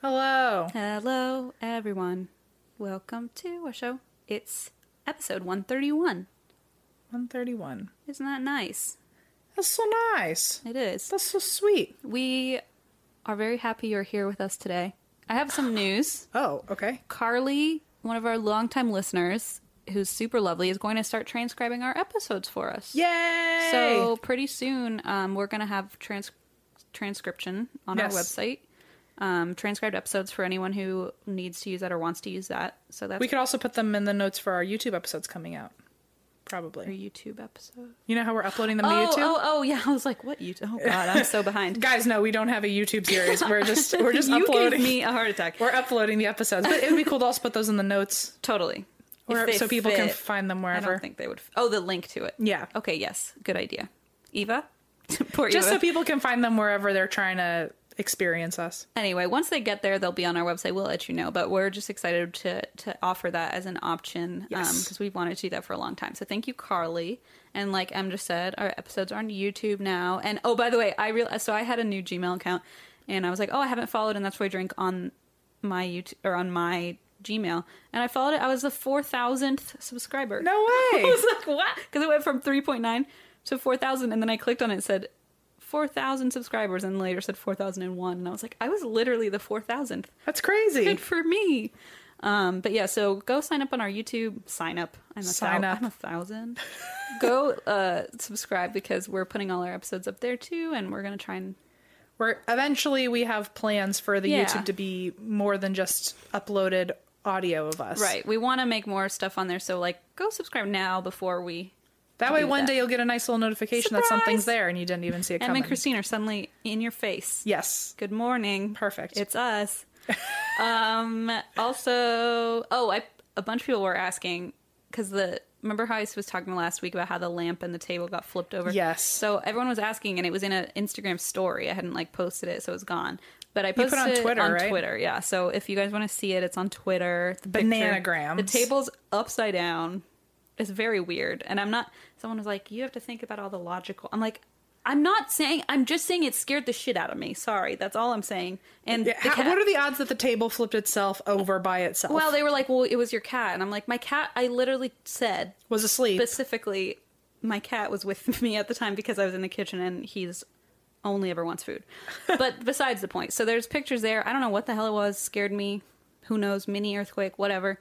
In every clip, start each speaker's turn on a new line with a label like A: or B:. A: Hello.
B: Hello, everyone. Welcome to our show. It's episode 131.
A: 131.
B: Isn't that nice?
A: That's so nice.
B: It is.
A: That's so sweet.
B: We are very happy you're here with us today. I have some news.
A: Oh, okay.
B: Carly, one of our longtime listeners, who's super lovely, is going to start transcribing our episodes for us.
A: Yay!
B: So pretty soon, um, we're going to have trans- transcription on
A: Yes.
B: our website. Um, transcribed episodes for anyone who needs to use that or wants to use that. So that's
A: we could also put them in the notes for our YouTube episodes coming out.
B: our
A: Probably.
B: YouTube episode.
A: You know how we're uploading them to
B: oh,
A: YouTube?
B: oh, oh, yeah. I was like, what YouTube? Oh God, I'm so behind.
A: Guys, no, we don't have a YouTube series. We're just we're just
B: you
A: uploading.
B: gave me a heart attack.
A: We're uploading the episodes, but it would be cool to also put those in the notes,
B: Totally. If
A: where,
B: they
A: so people can
B: fit.
A: find them
B: I
A: wherever.
B: don't think they would. F- oh, the link to it.
A: Yeah.
B: Okay. Yes. Good idea. Eva. Poor
A: Just
B: Eva.
A: so people can find them wherever they're trying to experience us.
B: anyway, once they get there, they'll be on our website. We'll let you know. But we're just excited to to offer that as an option because
A: Yes.
B: we've wanted to do that for a long time. So thank you, Carly. And like Em just said, our episodes are on YouTube now. And oh, by the way, I realized so I had a new Gmail account, and I was like, oh, I haven't followed, and that's why I drink on my YouTube or on my Gmail. And I followed it. I was the four thousandth subscriber.
A: No
B: I
A: way.
B: was like, what? Because it went from 3.9 to 4,000, and then I clicked on it and said 4,000 subscribers, and later said 4,001. And I was like, I was literally the 4,000th.
A: That's crazy.
B: Good for me. Um, but yeah, so go sign up on our YouTube. Sign up. I'm a
A: Sign
B: thou-
A: up.
B: I'm a thousand. go uh, subscribe because we're putting all our episodes up there too, and we're gonna try and
A: We're eventually we have plans for the
B: Yeah.
A: YouTube to be more than just uploaded audio of us.
B: right. We want to make more stuff on there, so like go subscribe now before we.
A: That way,
B: do that.
A: one day you'll get a nice little notification that
B: Surprise!
A: something's there and you didn't even see it
B: Em
A: coming.
B: and Christine are suddenly in your face.
A: yes.
B: Good morning.
A: Perfect.
B: It's us. um also oh I a bunch of people were asking cuz the remember how I was talking last week about how the lamp and the table got flipped over?
A: Yes.
B: So everyone was asking and it was in an Instagram story. I hadn't like posted it so it was gone. But I
A: put it
B: posted
A: on
B: it
A: Twitter,
B: on
A: right?
B: Twitter. Yeah. So if you guys want to see it it's on Twitter. The picture-
A: Bananagrams.
B: The table's upside down. It's very weird. And I'm not someone was like you have to think about all the logical. I'm like I'm not saying. I'm just saying it scared the shit out of me. Sorry, that's all I'm saying. And
A: Yeah,
B: the
A: how-
B: cat-
A: what are the odds that the table flipped itself over by itself?
B: well, they were like, "Well, it was your cat," and I'm like, "My cat." I literally said
A: was asleep.
B: specifically, my cat was with me at the time because I was in the kitchen and he's only ever wants food. But besides the point, so there's pictures there. I don't know what the hell it was. Scared me. Who knows? Mini earthquake, whatever.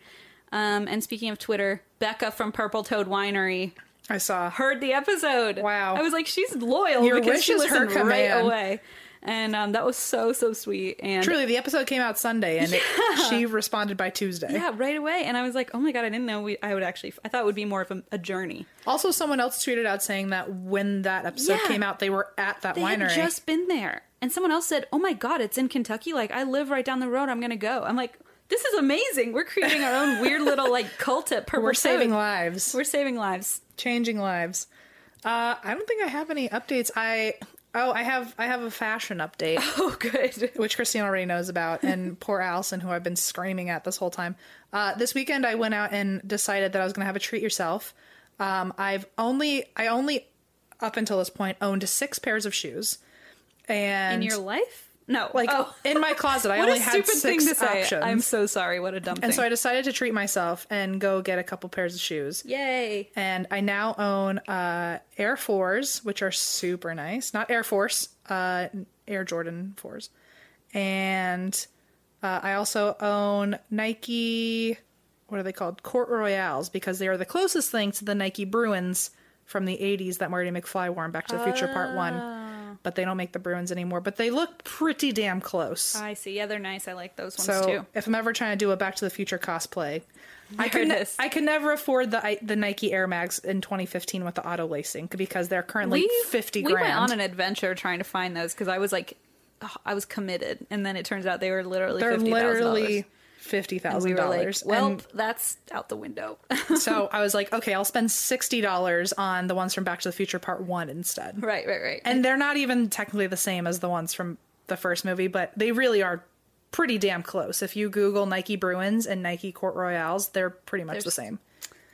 B: Um, and speaking of Twitter, Becca from Purple Toad Winery
A: I saw.
B: heard the episode.
A: Wow.
B: I was like, she's loyal
A: Your
B: because
A: wish
B: she
A: is her
B: listened right
A: command.
B: away. And um, that was so, so sweet. And
A: Truly, the episode came out Sunday and it, she responded by Tuesday.
B: yeah, right away. And I was like, oh my God, I didn't know we, I would actually, I thought it would be more of a, a journey.
A: Also, someone else tweeted out saying that when that episode
B: Yeah.
A: came out, they were at that
B: They
A: winery.
B: had just been there. And someone else said, oh my God, it's in Kentucky. Like, I live right down the road. I'm going to go. I'm like, this is amazing. We're creating our own weird little like cult at Purple
A: We're saving
B: Toad.
A: lives.
B: We're saving lives.
A: changing lives. Uh, I don't think I have any updates. I Oh, I have I have a fashion update,
C: Oh, good.
A: which Christine already knows about, and poor Allison, who I've been screaming at this whole time. Uh, this weekend, I went out and decided that I was going to have a treat yourself. Um, I've only I only up until this point owned six pairs of shoes, and
C: In your life? No.
A: like
C: oh.
A: in my closet, I
C: what
A: only
C: a
A: had
C: stupid
A: six
C: thing to say.
A: options.
C: I'm so sorry. What a dumb
A: and
C: thing.
A: so I decided to treat myself and go get a couple pairs of shoes.
C: Yay.
A: and I now own uh, Air Fours, which are super nice. Not Air Force, uh, Air Jordan Fours, and uh, I also own Nike. What are they called? Court Royales, because they are the closest thing to the Nike Bruins from the '80s that Marty McFly wore in Back to the Future Part One. But they don't make the Bruins anymore. But they look pretty damn close.
C: I see. Yeah, they're nice. I like those ones
A: So
C: too.
A: if I'm ever trying to do a Back to the Future cosplay, I
C: There it
A: can ne-
C: is.
A: I can never afford the I- the Nike Air Max in 2015 with the auto lacing because they're currently 50
C: we
A: grand.
C: went on an adventure trying to find those because I was like, oh, I was committed, and then it turns out they were literally
A: they're
C: fifty thousand dollars.
A: literally fifty
C: We
A: thousand
C: were like,
A: dollars.
C: well, that's out the window.
A: so I was like, okay, I'll spend sixty dollars on the ones from Back to the Future Part One instead.
C: right, right, right.
A: And they're not even technically the same as the ones from the first movie, but they really are pretty damn close. If you Google Nike Bruins and Nike Court Royales, they're pretty much the
C: There's-
A: same.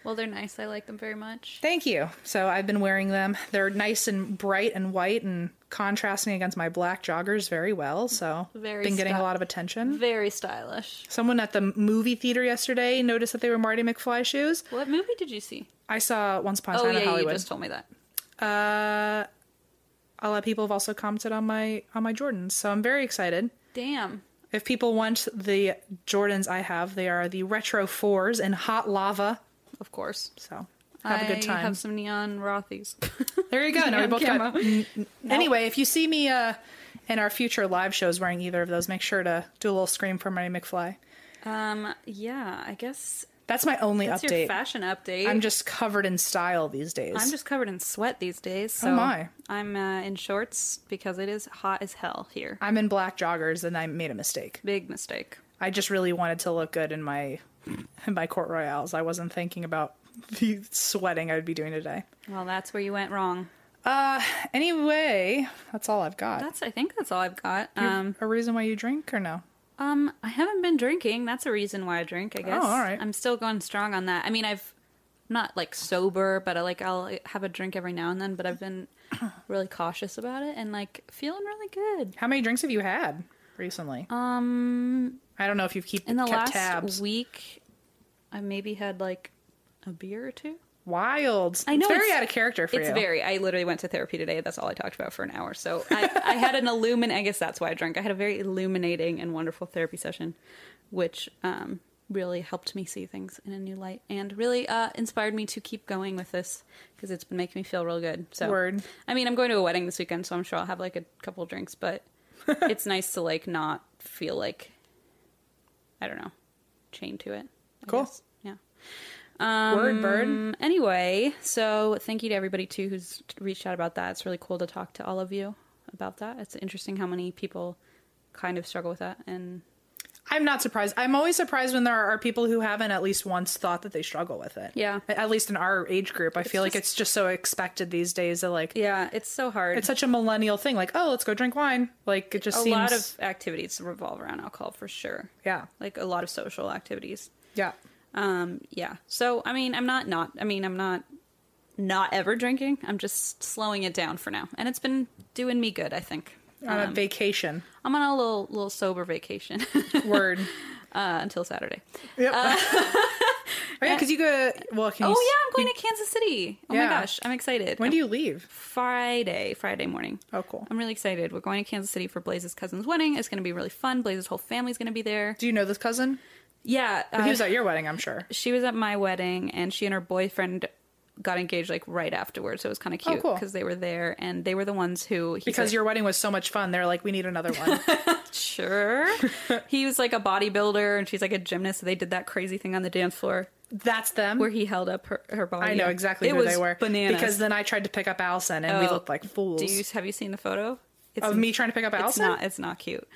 C: well, they're nice. I like them very much.
A: Thank you. So I've been wearing them. They're nice and bright and white and contrasting against my black joggers very well. So
C: Very
A: been getting
C: sty-
A: a lot of attention.
C: Very stylish.
A: Someone at the movie theater yesterday noticed that they were Marty McFly shoes.
C: What movie did you see?
A: I saw Once Upon a
C: Oh
A: Time
C: yeah,
A: in
C: you
A: Hollywood.
C: just told me that.
A: Uh, a lot of people have also commented on my on my Jordans, so I'm very excited.
C: Damn.
A: If people want the Jordans I have, they are the Retro Fours in hot lava.
C: Of course.
A: So have a good
C: I
A: time.
C: have some neon Rothies.
A: There you go. Now we
C: On
A: both
C: camera.
A: got. n- n- Anyway, if you see me uh, in our future live shows wearing either of those, make sure to do a little scream for Marty McFly.
C: um. Yeah. I guess
A: That's my only
C: that's your
A: update.
C: fashion update.
A: I'm just covered in style these days.
C: I'm just covered in sweat these days. So
A: Oh, my.
C: I'm uh, in shorts because it is hot as hell here.
A: I'm in black joggers, and I made a mistake.
C: Big mistake.
A: I just really wanted to look good in my in my court royales. I wasn't thinking about the sweating I'd be doing today.
C: Well, that's where you went wrong.
A: Uh, anyway, that's all I've got.
C: That's I think that's all I've got. Um,
A: a reason why you drink or no?
C: um, I haven't been drinking. That's a reason why I drink. I guess.
A: all right.
C: I'm still going strong on that. I mean, I've not like sober, but I like I'll have a drink every now and then. But I've been really cautious about it and like feeling really good.
A: How many drinks have you had recently?
C: Um,
A: I don't know if you've keep
C: in the
A: kept
C: last
A: tabs.
C: week, I maybe had like a beer or two.
A: Wild.
C: I know
A: It's very
C: it's-
A: out of character for
C: it's
A: you.
C: very. I literally went to therapy today. That's all I talked about for an hour. So I, I had an illumin. I guess that's why I drank. I had a very illuminating and wonderful therapy session, which um, really helped me see things in a new light and really uh, inspired me to keep going with this because it's been making me feel real good. So
A: Word.
C: I mean, I'm going to a wedding this weekend, so I'm sure I'll have like a couple drinks, but it's nice to like not feel like I don't know chained to it. I
A: Cool.
C: guess. Yeah. Um,
A: Word, bird.
C: um, Anyway, so thank you to everybody too who's reached out about that. It's really cool to talk to all of you about that. It's interesting how many people kind of struggle with that. And
A: I'm not surprised. I'm always surprised when there are people who haven't at least once thought that they struggle with it.
C: Yeah.
A: At- At least in our age group, I feel like
C: just-
A: it's just so expected these days that like
C: yeah, it's so hard.
A: it's such a millennial thing. Like, oh, let's go drink wine. Like it just
C: a
A: seems
C: lot of activities revolve around alcohol for sure.
A: Yeah.
C: like a lot of social activities.
A: yeah.
C: Um, yeah. So I mean, I'm not not. I mean, I'm not not ever drinking. I'm just slowing it down for now, and it's been doing me good. I think.
A: On
C: Um,
A: a vacation.
C: I'm on a little little sober vacation
A: Word.
C: uh, until Saturday.
A: Yep. oh, yeah, because you go. Well, can you,
C: Uh, Oh yeah, I'm going to Kansas City. Oh
A: Yeah.
C: my gosh, I'm excited.
A: When do you leave?
C: Friday, Friday morning.
A: Oh, cool.
C: I'm really excited. We're going to Kansas City for Blaze's cousin's wedding. It's going to be really fun. Blaze's whole family's going to be there.
A: Do you know this cousin?
C: Yeah, uh,
A: he was at your wedding, I'm sure.
C: she was at my wedding, and she and her boyfriend got engaged like right afterwards. So it was kind of cute
A: Oh, cool.
C: because they were there, and they were the ones who he's
A: Because
C: like,
A: your wedding was so much fun, they're like, we need another one.
C: sure. he was like a bodybuilder, and she's like a gymnast. So they did that crazy thing on the dance floor
A: That's them.
C: where he held up her, her body.
A: I know exactly
C: it
A: who
C: was
A: they were.
C: Bananas.
A: Because then I tried to pick up Allison, and we
C: Oh,
A: looked like fools.
C: do you have you seen the photo? It's
A: of me trying to pick up
C: It's
A: Allison,
C: not. It's not cute.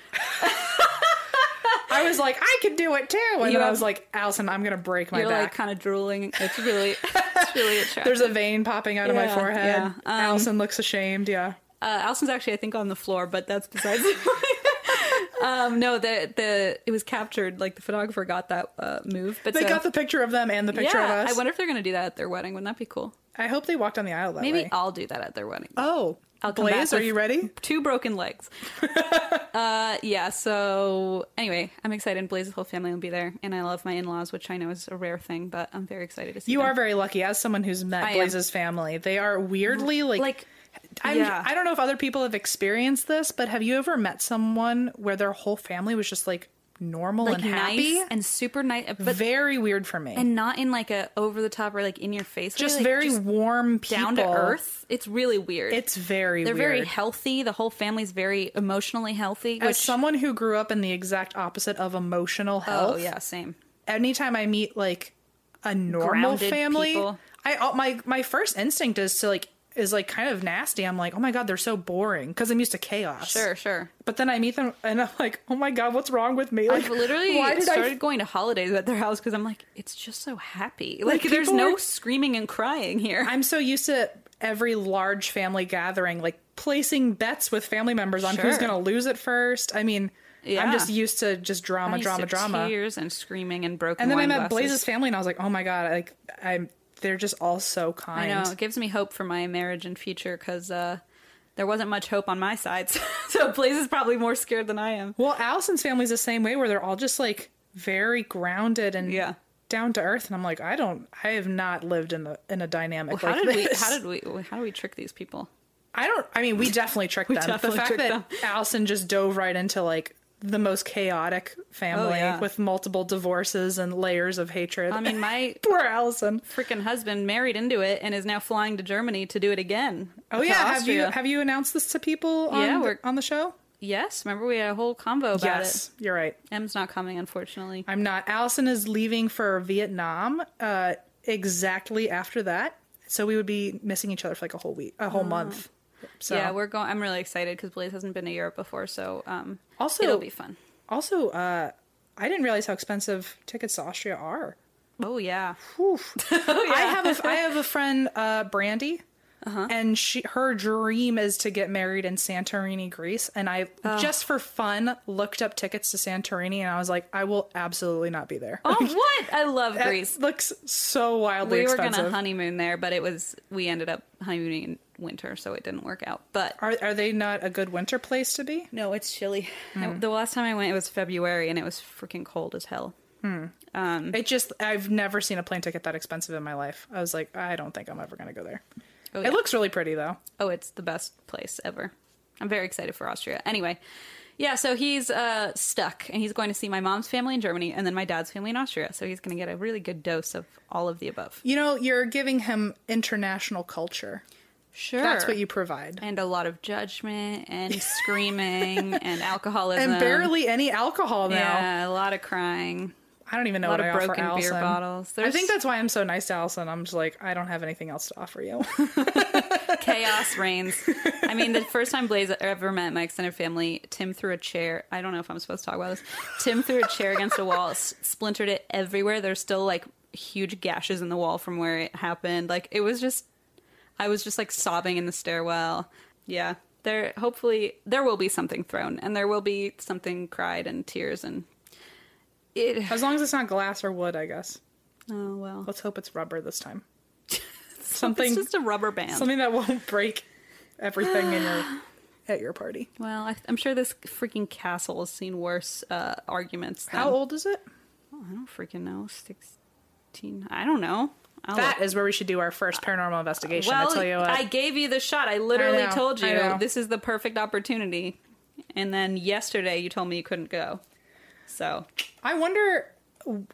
A: I was like, I could do it too, and then
C: You
A: I
C: have-
A: was like, Allison, I'm gonna break my
C: You're
A: back.
C: like kind of drooling. It's really, it's really attractive.
A: There's a vein popping out of my
C: Yeah,
A: forehead.
C: yeah. Um,
A: Allison looks ashamed. Yeah,
C: Uh, Allison's actually, I think, on the floor, but that's besides. um, no, the the it was captured. Like the photographer got that uh, move, but
A: They
C: so-
A: got the picture of them and the picture
C: yeah,
A: of us.
C: I wonder if they're going to do that at their wedding. Wouldn't that be cool?
A: I hope they walked on the aisle that
C: Maybe
A: way.
C: I'll do that at their wedding.
A: oh,
C: I'll come
A: Blaze,
C: back
A: are you
C: with
A: ready?
C: Two broken legs. uh, yeah. So anyway, I'm excited. Blaze's whole family will be there, and I love my in-laws, which I know is a rare thing, but I'm very excited to see.
A: You
C: them.
A: are very lucky as someone who's met
C: I am. Mm-hmm.
A: Blaze's family. They are weirdly like
C: Like,
A: I'm,
C: yeah.
A: I don't know if other people have experienced this, but have you ever met someone where their whole family was just like normal
C: like
A: and happy?
C: nice and super nice, but
A: very weird for me.
C: and not in like a over the top or like in your face. way,
A: just
C: like,
A: very warm people.
C: down to earth. It's really weird.
A: It's very
C: they're
A: weird.
C: very healthy. The whole family's very emotionally healthy. Which
A: As someone who grew up in the exact opposite of emotional health,
C: oh yeah, same.
A: anytime I meet like a normal
C: Grounded
A: family,
C: people.
A: I uh, my my first instinct is to like is like kind of nasty. I'm like, oh my god, they're so boring because I'm used to chaos.
C: Sure, sure.
A: But then I meet them and I'm like, oh my god, what's wrong with me? Like,
C: I've literally
A: why did
C: started
A: I?
C: going to holidays at their house because I'm like, it's just so happy. Like,
A: Like,
C: there's
A: people
C: no
A: are-
C: screaming and crying here.
A: I'm so used to every large family gathering, like placing bets with family members on who's
C: Sure.
A: going to lose it first. I mean, I'm
C: Yeah.
A: just used to just drama,
C: used
A: drama,
C: to
A: drama.
C: Tears and screaming and broken.
A: And then I
C: wine
A: met
C: glasses.
A: Blaze's family, and I was like, oh my god, like I'm. They're just all so
C: I
A: kind.
C: know it gives me hope for my marriage and future because uh, there wasn't much hope on my side. so Blaze is probably more scared than I am.
A: Well, Allison's family's the same way, where they're all just like very grounded and
C: Yeah.
A: down to earth. And I'm like, I don't, I have not lived in the in a dynamic
C: How
A: like
C: did we?
A: this.
C: How did we? How do we trick these people?
A: I don't. I mean, we definitely tricked them.
C: definitely
A: the fact
C: tricked
A: that
C: them.
A: Allison just dove right into like the most chaotic family
C: Oh, yeah.
A: with multiple divorces and layers of hatred.
C: I mean, my
A: poor Allison.
C: freaking husband married into it and is now flying to Germany to do it again.
A: Oh
C: To
A: yeah, have you
C: Austria.
A: have you announced this to people on
C: Yeah,
A: the-
C: we're-
A: on the show?
C: Yes, remember we had a whole convo about
A: Yes, you're right.
C: it. Em's not coming, unfortunately.
A: I'm not. Allison is leaving for Vietnam uh, exactly after that, so we would be missing each other for like a whole week, a whole month. So
C: Oh. Yeah, we're going. I'm really excited because Blaze hasn't been to Europe before, so um,
A: Also-
C: it'll be fun.
A: also, uh, I didn't realize how expensive tickets to Austria are.
C: Oh yeah, Oh,
A: I have a, I have a friend, uh, Brandy,
C: Uh-huh.
A: and she her dream is to get married in Santorini, Greece. And I
C: Oh.
A: just for fun looked up tickets to Santorini, and I was like, I will absolutely not be there.
C: Oh, what? I love
A: That
C: Greece.
A: looks so wildly
C: We were going
A: expensive.
C: to honeymoon there, but it was we ended up honeymooning in winter, so it didn't work out. But
A: are are they not a good winter place to be?
C: no, it's chilly. I-
A: Mm.
C: the last time I went, it was February, and it was freaking cold as hell.
A: It just I've never seen a plane ticket that expensive in my life. I was like, I don't think I'm ever gonna go there.
C: Oh, yeah.
A: It looks really pretty though.
C: Oh, it's the best place ever. I'm very excited for Austria. Anyway, yeah, so he's uh, stuck, and he's going to see my mom's family in Germany, and then my dad's family in Austria. So he's going to get a really good dose of all of the above.
A: You know, you're giving him international culture.
C: Sure,
A: That's what you provide.
C: and a lot of judgment and screaming and alcoholism
A: And barely any alcohol now.
C: Yeah, a lot of crying.
A: I don't even know
C: A lot
A: what I
C: of
A: offer
C: broken beer
A: Allison.
C: bottles.
A: I
C: There's-
A: think that's why I'm so nice to Allison. I'm just like, I don't have anything else to offer you.
C: chaos reigns. I mean, the first time Blaze ever met my extended family, Tim threw a chair. I don't know if I'm supposed to talk about this. Tim threw a chair against a wall, s- splintered it everywhere. There's still like huge gashes in the wall from where it happened. Like it was just, I was just like sobbing in the stairwell. Yeah, there. Hopefully, there will be something thrown, and there will be something cried and tears and. It,
A: as long as it's not glass or wood, I guess.
C: oh well.
A: Let's hope it's rubber this time. something
C: It's just a rubber band.
A: something that won't break everything in your at your party.
C: Well, I, I'm sure this freaking castle has seen worse uh, arguments. Than,
A: How old is it?
C: I don't freaking know. 16. I don't know. I'll
A: That is where we should do our first paranormal investigation.
C: well,
A: I tell you what.
C: I gave you the shot. I literally
A: I know,
C: told
A: I
C: you
A: know.
C: this is the perfect opportunity. And then yesterday you told me you couldn't go. So,
A: I wonder.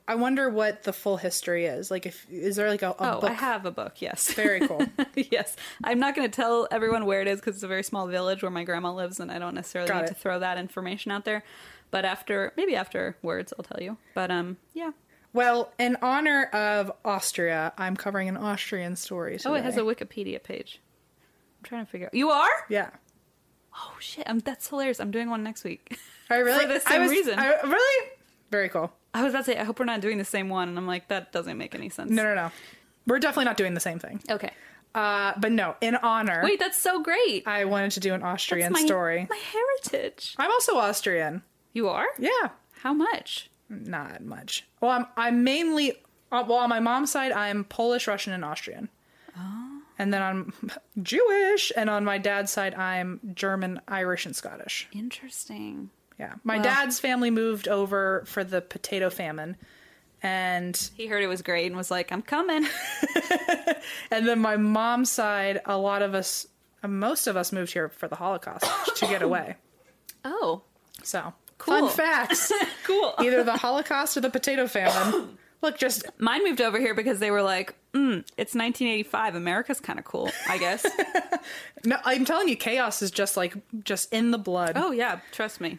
A: I wonder what the full history is. Like, if is there like a, a
C: oh,
A: book?
C: I have a book. Yes.
A: Very cool.
C: yes. I'm not going to tell everyone where it is because it's a very small village where my grandma lives, and I don't necessarily
A: Got
C: need
A: it.
C: to throw that information out there. But after, maybe afterwards, I'll tell you. But um, yeah.
A: well, in honor of Austria, I'm covering an Austrian story. Today.
C: Oh, it has a Wikipedia page. I'm trying to figure out. You are?
A: yeah.
C: Oh shit! I'm, that's hilarious. I'm doing one next week.
A: I really.
C: For the
A: I
C: same
A: was,
C: reason.
A: I, really. Very cool.
C: I was about to say, I hope we're not doing the same one, and I'm like, that doesn't make any sense.
A: No, no, no. We're definitely not doing the same thing.
C: Okay.
A: Uh, but no, in honor,
C: Wait, that's so great.
A: I wanted to do an Austrian
C: That's my,
A: story.
C: My heritage.
A: I'm also Austrian.
C: You are?
A: Yeah,
C: How much?
A: not much. Well, I'm I'm mainly uh, well on my mom's side I'm Polish, Russian, and Austrian. Oh. And then I'm Jewish, and on my dad's side I'm German, Irish, and Scottish.
C: Interesting.
A: Yeah, my dad's family moved over for the potato famine, and
C: He heard it was great and was like, I'm coming.
A: and then my mom's side, a lot of us, uh, most of us moved here for the Holocaust to get away.
C: Oh,
A: So
C: Cool.
A: fun facts.
C: cool.
A: Either the Holocaust or the potato famine. Look, just
C: Mine moved over here because they were like, mm, it's 1985. America's kind of cool, I guess.
A: no, I'm telling you, chaos is just like just in the blood.
C: oh, yeah. Trust me.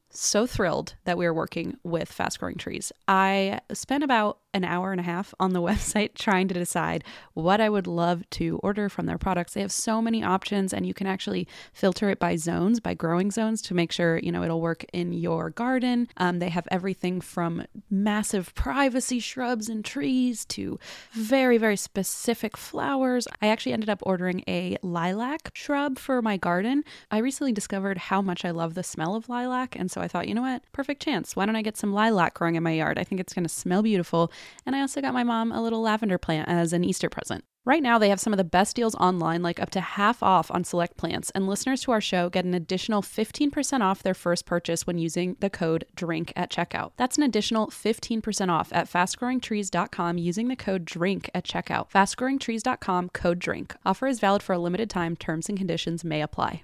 B: so thrilled that we are working with fast growing trees. I spent about an hour and a half on the website trying to decide what I would love to order from their products. They have so many options and you can actually filter it by zones, by growing zones to make sure, you know, it'll work in your garden. Um, they have everything from massive privacy shrubs and trees to very, very specific flowers. I actually ended up ordering a lilac shrub for my garden. I recently discovered how much I love the smell of lilac. And so I thought, you know what? Perfect chance. Why don't I get some lilac growing in my yard? I think it's going to smell beautiful. And I also got my mom a little lavender plant as an Easter present. Right now, they have some of the best deals online, like up to half off on select plants. And listeners to our show get an additional 15% off their first purchase when using the code DRINK at checkout. That's an additional 15% off at fastgrowingtrees.com using the code DRINK at checkout. Fastgrowingtrees.com code DRINK. Offer is valid for a limited time. Terms and conditions may apply.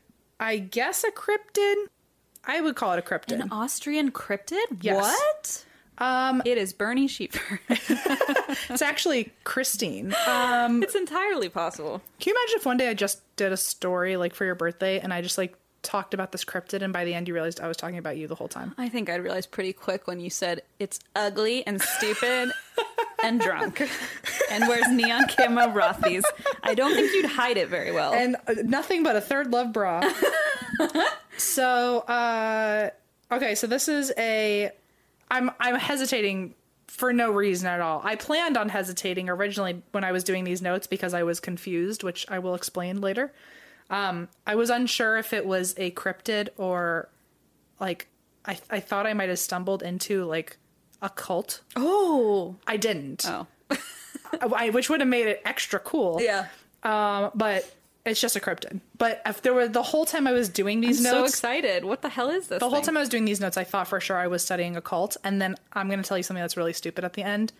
A: I guess a cryptid. I would call it a cryptid.
C: An Austrian cryptid?
A: Yes.
C: What?
A: Um,
C: It is Bernie Schieffer.
A: it's actually Christine. Um,
C: it's entirely possible.
A: Can you imagine if one day I just did a story like for your birthday and I just like talked about this cryptid and by the end you realized I was talking about you the whole time?
C: I think I realized pretty quick when you said it's ugly and stupid and drunk and wears neon camo Rothies. I don't think you'd hide it very well.
A: And uh, nothing but a third love bra. so, uh okay, so this is a I'm I'm hesitating for no reason at all. I planned on hesitating originally when I was doing these notes because I was confused, which I will explain later. Um I was unsure if it was a cryptid or like I I thought I might have stumbled into like a cult
C: oh.
A: I didn't,
C: Oh.
A: I, which would have made it extra cool.
C: Yeah.
A: Um, but it's just a cryptid. But if there were the whole time I was doing these
C: So
A: notes,
C: excited. What the hell is this?
A: the whole time I was doing these notes, I thought for sure I was studying a cult. And then I'm going to tell you something that's really stupid at the end,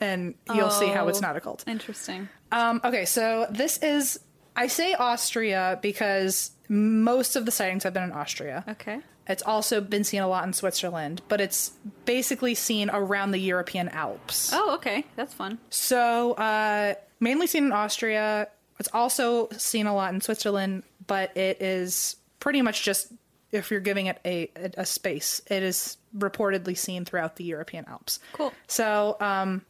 A: and you'll see how it's
C: Oh.
A: not a cult.
C: Interesting.
A: Um, okay, so this is I say Austria because most of the sightings have been in Austria.
C: Okay.
A: It's also been seen a lot in Switzerland, but it's basically seen around the European Alps.
C: Oh, okay. That's fun.
A: So, uh, mainly seen in Austria. It's also seen a lot in Switzerland, but it is pretty much just if you're giving it a, a, a space, it is reportedly seen throughout the European Alps.
C: Cool.
A: So, um,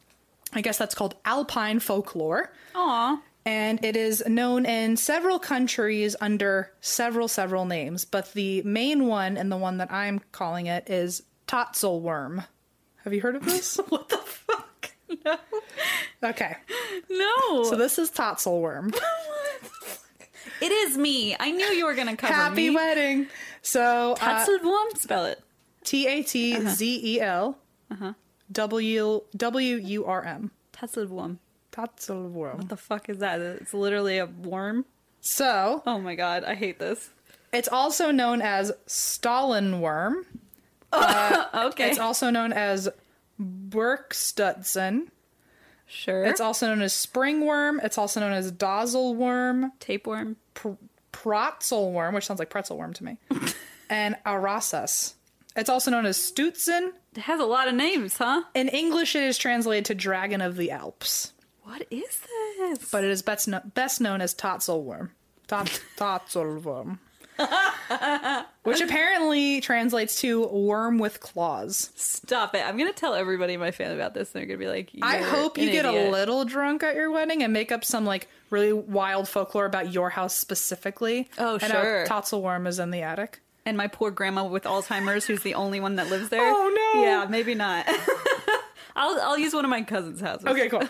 A: I guess that's called alpine folklore
C: Aw.
A: and it is known in several countries under several several names but the main one and the one that i'm calling it is totzel worm have you heard of this
C: What the fuck? No.
A: okay
C: No.
A: so this is totzel worm
C: it is me. I knew you were going to cover
A: happy
C: me.
A: wedding so uh,
C: That's a warm spell it.
A: t-a-t-z-e-l W E W U R M.
C: That's a warm.
A: Totzel worm.
C: What the fuck is that? It's literally a worm.
A: So
C: Oh my god, I hate this.
A: it's also known as Stalin worm.
C: Okay.
A: It's also known as Burkstutzen.
C: sure.
A: It's also known as springworm. It's also known as dozzle worm,
C: tapeworm.
A: pr- protzel worm, which sounds like pretzel worm to me, and arasus. It's also known as Stutzen.
C: It has a lot of names, huh?
A: In English, it is translated to dragon of the Alps,
C: What is this?
A: but it is best, kno- best known as totzel worm. Tot- totzel worm. which apparently translates to worm with claws.
C: Stop it. I'm going to tell everybody in my family about this. And they're going to be like,
A: I
C: "You're
A: hope
C: an
A: you get
C: idiot."
A: a little drunk at your wedding and make up some like really wild folklore about your house specifically.
C: Oh,
A: and how
C: sure.
A: Totzel worm is in the attic.
C: And my poor grandma with Alzheimer's, who's the only one that lives there.
A: Oh, no.
C: Yeah, maybe not. I'll I'll use one of my cousin's houses.
A: Okay, cool.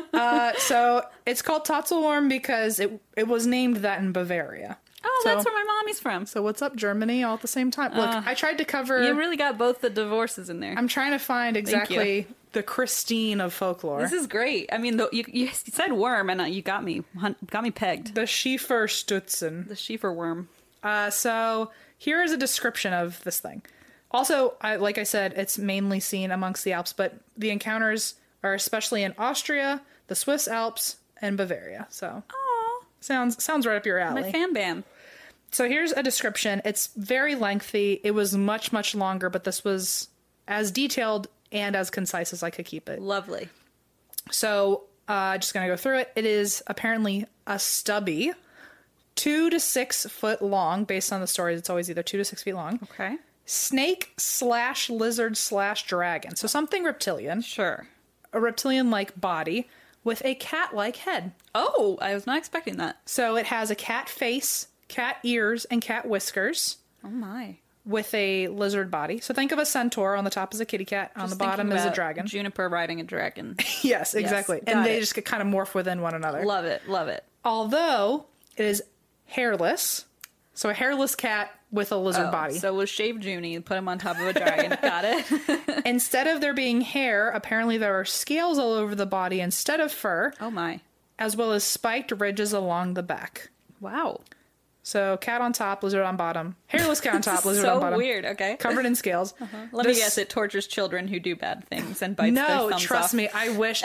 A: uh, so it's called Totzel worm because it it was named that in Bavaria.
C: Oh,
A: So-
C: that's where my mommy's from.
A: So what's up, Germany? All at the same time. Look, I tried to cover.
C: You really got both the divorces in there.
A: I'm trying to find exactly the Christine of folklore.
C: this is great. I mean, the, you, you said worm, and uh, you got me hun- got me pegged.
A: the Schiefer Stutzen.
C: The Schiefer worm.
A: Uh, so here is a description of this thing. Also, I, like I said, it's mainly seen amongst the Alps, but the encounters are especially in Austria, the Swiss Alps, and Bavaria. So
C: Oh,
A: sounds sounds right up your
C: my
A: alley.
C: fan bam.
A: so here's a description. It's very lengthy. It was much much longer, but this was as detailed and as concise as I could keep it.
C: Lovely.
A: So, uh, just gonna go through it. It is apparently a stubby, two to six foot long. Based on the stories, it's always either two to six feet long.
C: Okay.
A: snake slash lizard slash dragon. So something reptilian,
C: Sure.
A: a reptilian like body with a cat like head.
C: Oh, I was not expecting that.
A: So it has a cat face, cat ears, and cat whiskers
C: Oh my.
A: with a lizard body. So think of a centaur on the top is a kitty cat, on
C: Just
A: the bottom
C: thinking
A: is a
C: about
A: dragon.
C: Juniper riding a dragon.
A: yes, exactly.
C: got
A: and they
C: it.
A: just kind of morph within one another.
C: love it. Love it.
A: Although it is hairless. So a hairless cat with a lizard body.
C: Oh, So we'll shave Junie and put him on top of a dragon. got it.
A: instead of there being hair, apparently there are scales all over the body instead of fur.
C: Oh my.
A: as well as spiked ridges along the back.
C: Wow.
A: So cat on top, lizard on bottom. Hairless cat on top,
C: This is
A: lizard
C: so
A: on bottom.
C: weird. Okay. Uh-huh.
A: Covered in scales.
C: Let
A: This-
C: me guess. It tortures children who do bad things and bites their
A: No,
C: thumbs
A: trust
C: off.
A: me. I wish.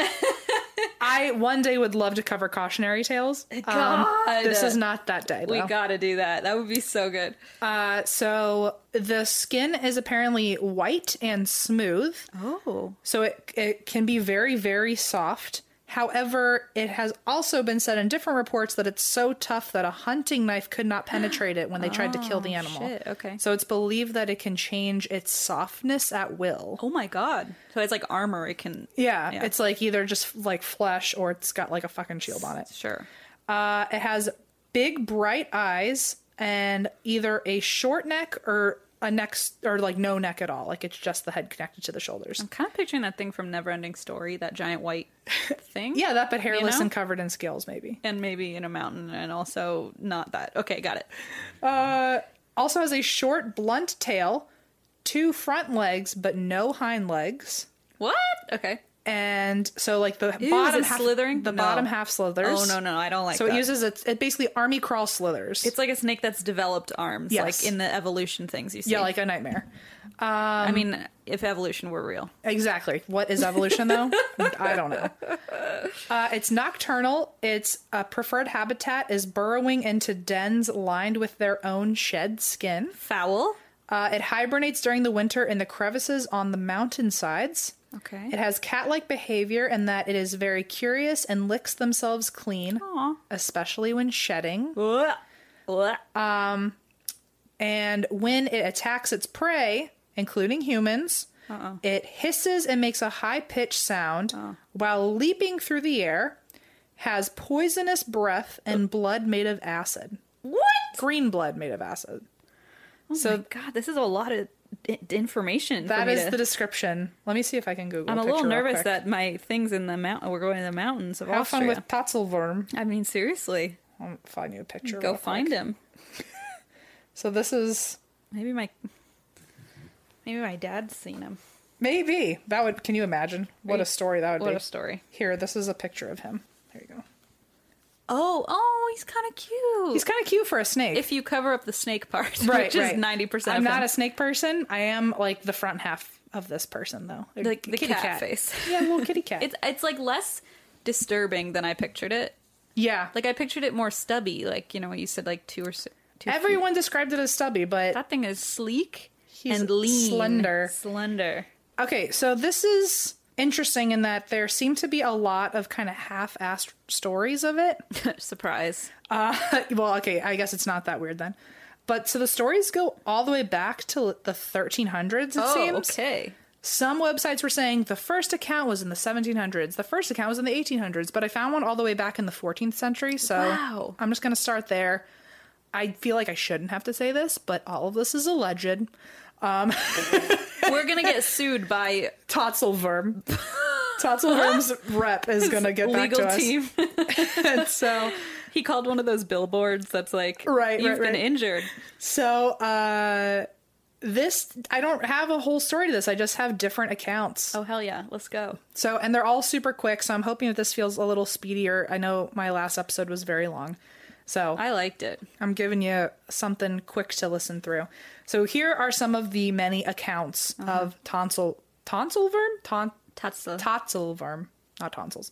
A: I one day would love to cover cautionary tales. Um,
C: God.
A: this is not that day.
C: We
A: though.
C: gotta do that. That would be so good.
A: uh, so the skin is apparently white and smooth.
C: Oh.
A: So it, it can be very, very soft. However, it has also been said in different reports that it's so tough that a hunting knife could not penetrate it when they tried to kill the animal.
C: Oh, shit, okay.
A: So it's believed that it can change its softness at will.
C: Oh my god. So it's like armor. It can.
A: Yeah,
C: Yeah.
A: it's like either just like flesh or it's got like a fucking shield on it.
C: Sure.
A: Uh, it has big, bright eyes and either a short neck or a neck s- or like no neck at all. Like it's just the head connected to the shoulders.
C: I'm kind of picturing that thing from Neverending Story, that giant white thing.
A: Yeah, that but hairless
C: know?
A: and covered in scales, maybe.
C: And maybe in a mountain, and also not that. Okay, got it.
A: Uh, also has a short, blunt tail, two front legs, but no hind legs.
C: What? Okay.
A: And so, like the
C: Ew,
A: bottom
C: is it
A: half,
C: slithering?
A: the
C: No.
A: bottom half slithers.
C: Oh no, no, I don't like
A: so
C: that.
A: it uses it. It basically army crawl slithers.
C: It's like a snake that's developed arms,
A: Yes.
C: like in the evolution things you see.
A: yeah, like um, a nightmare.
C: I mean, if evolution were real,
A: Exactly. What is evolution though? I don't know. Uh, it's nocturnal. Its uh, preferred habitat is burrowing into dens lined with their own shed skin.
C: foul.
A: Uh, it hibernates during the winter in the crevices on the mountainsides.
C: Okay.
A: It has cat like behavior in that it is very curious and licks themselves clean,
C: Aw.
A: especially when shedding.
C: Blah. Blah.
A: And when it attacks its prey, including humans, it hisses and makes a high pitched sound
C: Uh.
A: while leaping through the air, has poisonous breath and
C: Oh.
A: blood made of acid.
C: what?
A: Green blood made of acid.
C: Oh my god, this is a lot of i- information. for
A: That
C: me
A: is
C: to-
A: the description. Let me see if I can Google.
C: I'm a
A: picture
C: little
A: real
C: nervous
A: quick.
C: that my things in the mountain. We're going to the mountains of
A: Have
C: Austria.
A: fun with Patzelwurm.
C: I mean, seriously,
A: I'll find you a picture.
C: go
A: real quick.
C: find him.
A: So this is
C: Maybe my maybe my dad's seen him.
A: maybe that would. Can you imagine what a story that would
C: What
A: be?
C: a story!
A: Here, this is a picture of him. There you go.
C: Oh, oh, he's kind of cute.
A: He's kind of cute for a snake.
C: if you cover up the snake part,
A: right,
C: which is
A: right.
C: ninety percent.
A: I'm
C: of
A: not
C: him.
A: a snake person. I am like the front half of this person, though. A
C: Like the cat face.
A: Yeah, little kitty cat.
C: It's it's like less disturbing than I pictured it.
A: yeah. Like
C: Like I pictured it more stubby, like you know what you said, like two or s- two. feet.
A: everyone described it as stubby, but
C: that thing is sleek
A: He's
C: and lean,
A: slender.
C: slender.
A: Okay, so this is interesting in that there seem to be a lot of kind of half-assed stories of it.
C: Surprise!
A: Uh, well, okay, I guess it's not that weird then. But so the stories go all the way back to the 1300s. It
C: oh,
A: seems
C: okay.
A: some websites were saying the first account was in the 1700s, the first account was in the 1800s, but I found one all the way back in the 14th century. So
C: Wow.
A: I'm just gonna start there. I feel like I shouldn't have to say this, but all of this is alleged.
C: We're gonna get sued by
A: Totzelverm. Totzelverm's rep is gonna get back
C: legal
A: to us.
C: team.
A: And so
C: he called one of those billboards that's like,
A: Right,
C: you've
A: right,
C: been
A: right.
C: injured.
A: so uh this I don't have a whole story to this. I just have different accounts.
C: Oh hell yeah, let's go.
A: So and they're all super quick, so I'm hoping that this feels a little speedier. I know my last episode was very long. So
C: I liked it.
A: I'm giving you something quick to listen through. So here are some of the many accounts of tonsil tonsilverm? Ton
C: Tatsa.
A: totsilverm, not tonsils.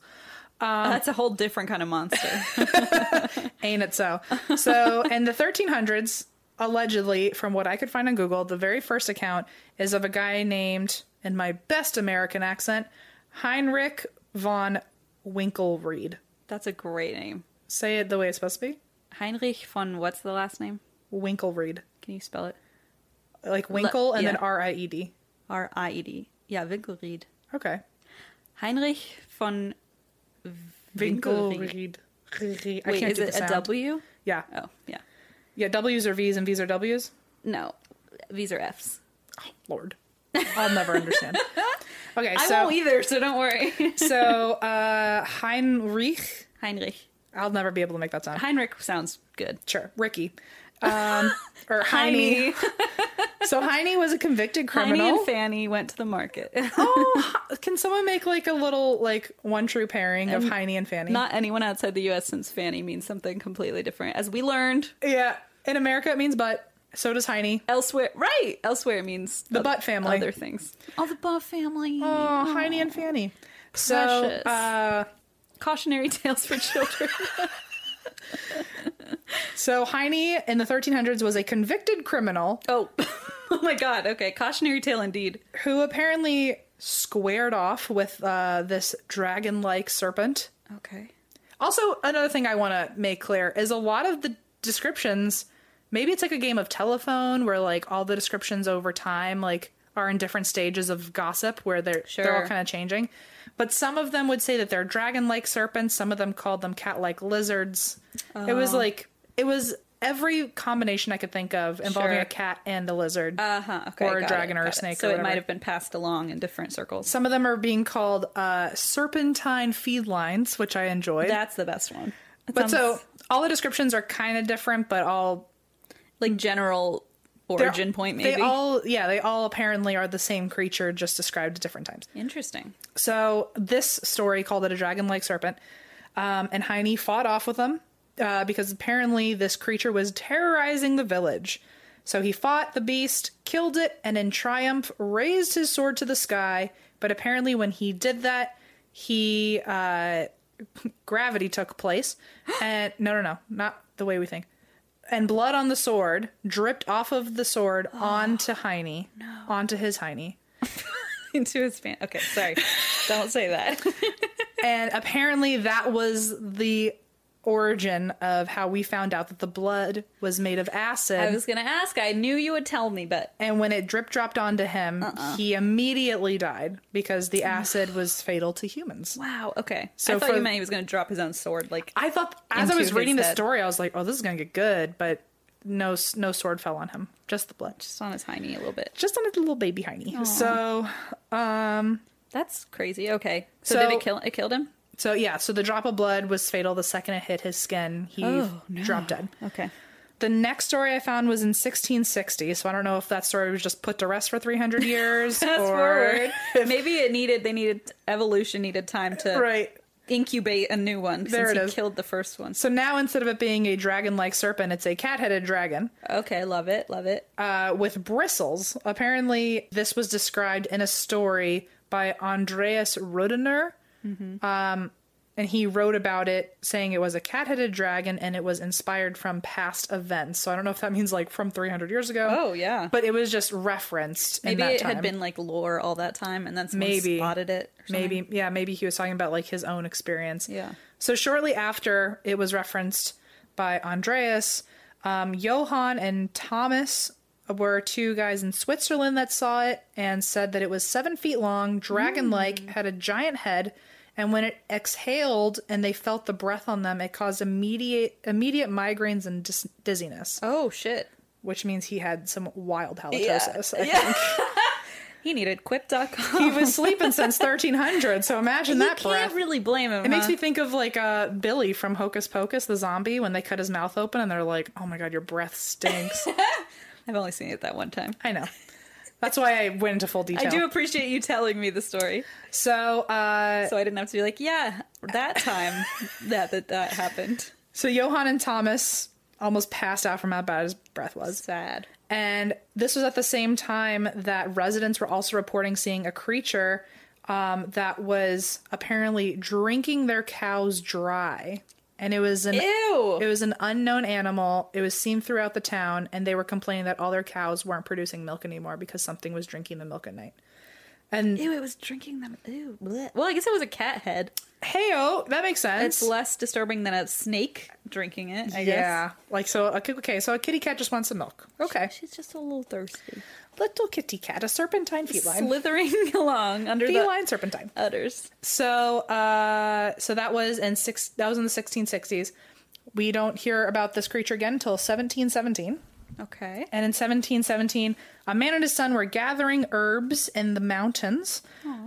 C: Oh, that's a whole different kind of monster.
A: Ain't it so? So, in the 1300s, allegedly, from what I could find on Google, the very first account is of a guy named, in my best American accent, Heinrich von Winkelried.
C: that's a great name.
A: Say it the way it's supposed to be
C: Heinrich von what's the last name?
A: Winkelried.
C: Can you spell it?
A: Like Winkle and then
C: yeah.
A: R I E D.
C: R I E D. Yeah, Winkelried.
A: Okay.
C: Heinrich von. Winkelried.
A: Winkelried. I
C: Wait,
A: can't
C: is
A: do
C: it
A: the
C: a
A: sound.
C: W?
A: Yeah.
C: Oh yeah.
A: Yeah, W's are V's and V's are W's.
C: No, these are Fs.
A: Lord. I'll never understand. Okay,
C: I
A: so
C: won't either, so don't worry.
A: so uh Heinrich
C: Heinrich.
A: I'll never be able to make that sound.
C: Heinrich sounds good.
A: Sure, Ricky. Um, or Heine. So Heine was a convicted
C: Heine
A: criminal.
C: and Fanny went to the market.
A: oh, H- can someone make like a little like one true pairing of Heine and Fanny?
C: Um, Not anyone outside the U.S. since Fanny means something completely different, as we learned
A: yeah, in America it means butt. So does Heine.
C: elsewhere. Right, elsewhere means
A: The
C: oth-
A: Butt family.
C: Other things. Oh, the Butt family.
A: Oh, Heine and Fanny. So,
C: Precious.
A: uh,
C: Cautionary tales for children.
A: so Heine in the 1300s was a convicted criminal
C: oh, oh my God. Okay, cautionary tale indeed.
A: who apparently squared off with uh, this dragon-like serpent.
C: Okay.
A: Also, another thing I want to make clear is a lot of the descriptions. Maybe it's like a game of telephone where like all the descriptions over time like are in different stages of gossip where they're they're all
C: Sure.
A: kind of changing. But some of them would say that they're dragon-like serpents. Some of them called them cat-like lizards. It was
C: Oh.
A: like it was every combination I could think of involving
C: Sure.
A: a cat and a lizard
C: Uh huh. Okay.
A: or a
C: got
A: dragon
C: it,
A: or a
C: got it.
A: snake.
C: So
A: or
C: it
A: whatever.
C: might have been passed along in different circles.
A: Some of them are being called uh, serpentine feedlines, which I enjoyed.
C: That's the best one. It
A: But
C: sounds
A: so all the descriptions are kind of different, but all
C: like general
A: they're-
C: origin point maybe.
A: They all yeah, they all apparently are the same creature just described at different times.
C: Interesting.
A: So this story called it a dragon-like serpent, um, and Heine fought off with them uh, because apparently this creature was terrorizing the village. So he fought the beast, killed it, and in triumph raised his sword to the sky. But apparently, when he did that, he uh, gravity took place, and no, no, no, not the way we think. and blood on the sword dripped off of the sword onto Heine, onto his Heine.
C: into his fan. Okay, sorry. Don't say that.
A: and apparently that was the origin of how we found out that the blood was made of acid.
C: I was gonna ask. I knew you would tell me, but
A: and when it drip dropped onto him,
C: Uh-uh.
A: he immediately died because the acid was fatal to humans.
C: wow. Okay.
A: So
C: I thought
A: for-
C: you meant he was gonna drop his own sword. Like
A: I thought as I
C: Into
A: was reading the
C: his head.
A: story, I was like, "Oh, this is gonna get good," but no, s- no sword fell on him. Just the blood,
C: just on his high knee a little bit.
A: just on his little baby hiney. So, um,
C: That's crazy. Okay. So,
A: So-
C: did it kill? It killed him.
A: so yeah, so the drop of blood was fatal the second it hit his skin. He
C: Oh, no.
A: dropped dead.
C: Okay.
A: The next story I found was in 1660, so I don't know if that story was just put to rest for 300 years
C: Fast
A: or
C: forward. Maybe it needed. They needed evolution. Needed time to
A: right.
C: incubate a new one.
A: There
C: since
A: it
C: he
A: is.
C: killed the first one.
A: So now instead of it being a dragon-like serpent, it's a cat-headed dragon.
C: Okay. Love it. Love it.
A: uh, with bristles. Apparently, this was described in a story by Andreas Rodener.
C: Mm-hmm.
A: Um, and he wrote about it saying it was a cat headed dragon and it was inspired from past events. So I don't know if that means like from 300 years ago.
C: Oh, yeah.
A: But it was just referenced in
C: Maybe
A: that
C: it
A: time.
C: had been like lore all that time, and then someone
A: Maybe.
C: spotted it. or something.
A: Maybe, yeah, maybe he was talking about like his own experience.
C: Yeah.
A: So shortly after it was referenced by Andreas, um, Johann and Thomas were two guys in Switzerland that saw it and said that it was seven feet long, dragon like,
C: Hmm.
A: had a giant head. And when it exhaled and they felt the breath on them, it caused immediate immediate migraines and dis- dizziness,
C: Oh shit.
A: which means he had some wild
C: Yeah.
A: halitosis. I
C: yeah. he needed quip.com.
A: he was sleeping since 1300 so imagine that
C: you can't
A: breath
C: really blame him.
A: it makes
C: huh?
A: me think of like uh, billy from hocus pocus the zombie when they cut his mouth open and they're like oh my god your breath stinks
C: I've only seen it that one time.
A: i know that's why i went into full detail
C: I do appreciate you telling me the story,
A: so uh,
C: so I didn't have to be like, yeah, that time that that that happened.
A: so johan and thomas almost passed out from how bad his breath was
C: Sad.
A: And this was at the same time that residents were also reporting seeing a creature um, that was apparently drinking their cows dry. And it was an
C: Ew.
A: it was an unknown animal. It was seen throughout the town, and they were complaining that all their cows weren't producing milk anymore because something was drinking the milk at night. And
C: Ew, it was drinking them. Ew. bleh. Well, I guess it was a cat head.
A: hey, oh, that makes sense.
C: It's less disturbing than a snake drinking it. I
A: yeah, like so. Okay, okay, so a kitty cat just wants some milk. Okay,
C: guess she's just a little thirsty.
A: little kitty cat, a serpentine feline,
C: Slithering along under the
A: feline serpentine.
C: udders.
A: So, uh, so that was in six. That was in the 1660s. We don't hear about this creature again until 1717.
C: Okay.
A: And in 1717, a man and his son were gathering herbs in the mountains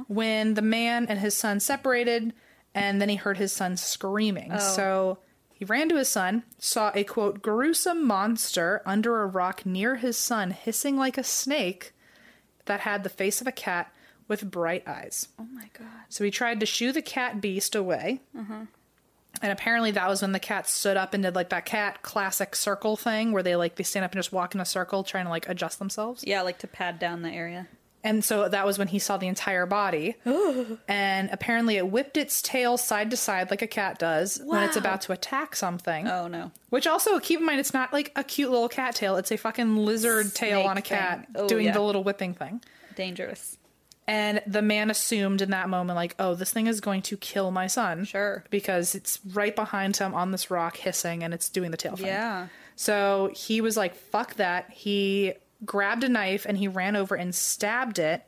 A: when the man and his son separated, and then he heard his son screaming. So he ran to his son, saw a quote, gruesome monster under a rock near his son, hissing like a snake that had the face of a cat with bright eyes.
C: Oh my god.
A: So he tried to shoo the cat beast away. Mm-hmm. And apparently that was when the cat stood up and did like that cat classic circle thing where they like they stand up and just walk in a circle trying to like adjust themselves.
C: Yeah, like to pad down the area.
A: And so that was when he saw the entire body. and apparently it whipped its tail side to side like a cat does when it's
C: Wow.
A: about to attack something.
C: Oh no.
A: Which also keep in mind it's not like a cute little cat tail, it's a fucking lizard tail
C: Snake
A: on a cat
C: thing. Oh,
A: doing
C: yeah.
A: the little whipping thing.
C: Dangerous.
A: And the man assumed in that moment, like, oh, this thing is going to kill my son.
C: Sure.
A: Because it's right behind him on this rock hissing and it's doing the tail thing.
C: Yeah.
A: So he was like, fuck that. He grabbed a knife and he ran over and stabbed it.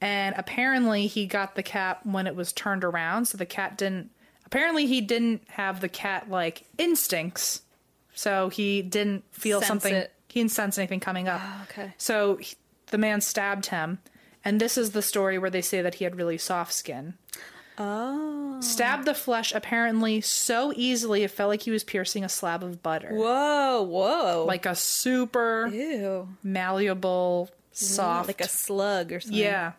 A: And apparently he got the cat when it was turned around. So the cat didn't. Apparently he didn't have the cat like instincts. So he didn't feel
C: Sense
A: something.
C: it.
A: He didn't sense anything coming up.
C: Ah, okay.
A: So he- the man stabbed him, and this is the story where they say that he had really soft skin.
C: Oh.
A: Stabbed the flesh apparently so easily it felt like he was piercing a slab of butter.
C: Whoa, whoa.
A: Like a super
C: ew.
A: malleable, soft.
C: Like a slug or something.
A: yeah.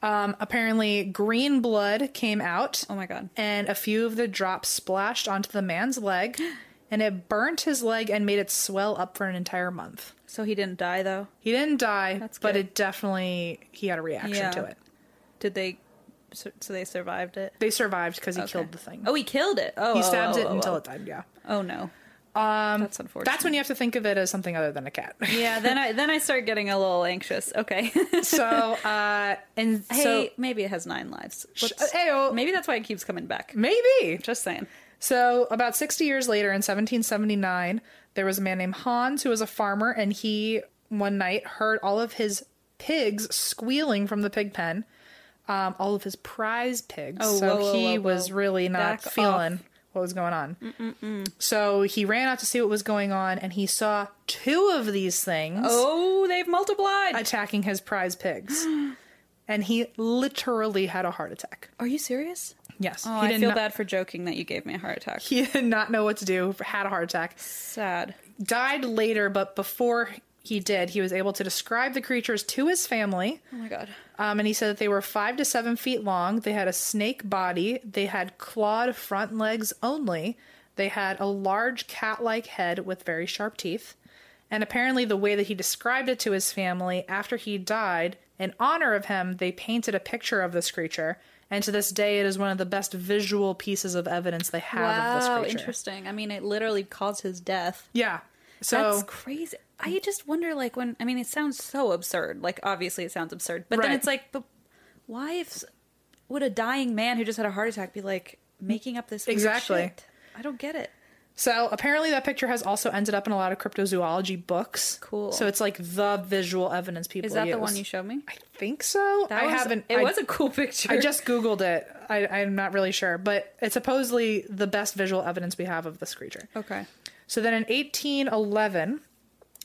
A: Um, apparently, green blood came out,
C: Oh my god.
A: and a few of the drops splashed onto the man's leg, and it burnt his leg and made it swell up for an entire month.
C: So he didn't die though.
A: He didn't die,
C: That's
A: but
C: good.
A: it definitely he had a reaction
C: Yeah.
A: to it.
C: Did they so so they survived it?
A: They survived because he
C: Okay.
A: killed the thing.
C: Oh, he killed it. Oh.
A: he
C: oh,
A: stabbed
C: oh,
A: it
C: oh,
A: until
C: oh.
A: it died. Yeah.
C: Oh no. Um, that's unfortunate.
A: That's when you have to think of it as something other than a cat.
C: yeah. Then I then I start getting a little anxious. Okay.
A: so, uh, and
C: hey,
A: so
C: maybe it has nine lives.
A: Sh-
C: Whoops.
A: ayo.
C: Maybe that's why it keeps coming back.
A: maybe.
C: Just saying.
A: So, about 60 years later in 1779, there was a man named Hans who was a farmer, and he one night heard all of his pigs squealing from the pig pen, um, all of his prize pigs.
C: Oh,
A: so,
C: whoa, whoa,
A: he
C: whoa, whoa.
A: was really not
C: Back off.
A: feeling what was going on. So, he ran out to see what was going on, and he saw two of these things
C: Oh, they've multiplied.
A: attacking his prize pigs. and he literally had a heart attack.
C: Are you serious?
A: Yes.
C: Oh,
A: he
C: I
A: did
C: feel
A: not-
C: bad for joking that you gave me a heart attack.
A: He did not know what to do, had a heart attack.
C: Sad.
A: died later, but before he did, he was able to describe the creatures to his family.
C: Oh my god.
A: Um, and he said that they were five to seven feet long. They had a snake body. They had clawed front legs only. They had a large cat like head with very sharp teeth. And apparently, the way that he described it to his family after he died, in honor of him, they painted a picture of this creature. And to this day, it is one of the best visual pieces of evidence they have of this
C: Wow,
A: creature.
C: interesting. I mean, it literally caused his death.
A: Yeah. So
C: That's crazy. I just wonder, like, when I mean, it sounds so absurd. Like, obviously, it sounds absurd, but
A: Right.
C: then it's like, but why if s- would a dying man who just had a heart attack be like making up this weird
A: Exactly.
C: shit? I don't get it.
A: So apparently, that picture has also ended up in a lot of cryptozoology books.
C: Cool.
A: So it's like the visual evidence people.
C: Is that
A: use.
C: the one you showed me?
A: I think so.
C: That
A: I
C: was,
A: haven't.
C: It
A: I,
C: was a cool picture.
A: I just googled it. I, I'm not really sure, but it's supposedly the best visual evidence we have of this creature.
C: okay.
A: So then, in 1811,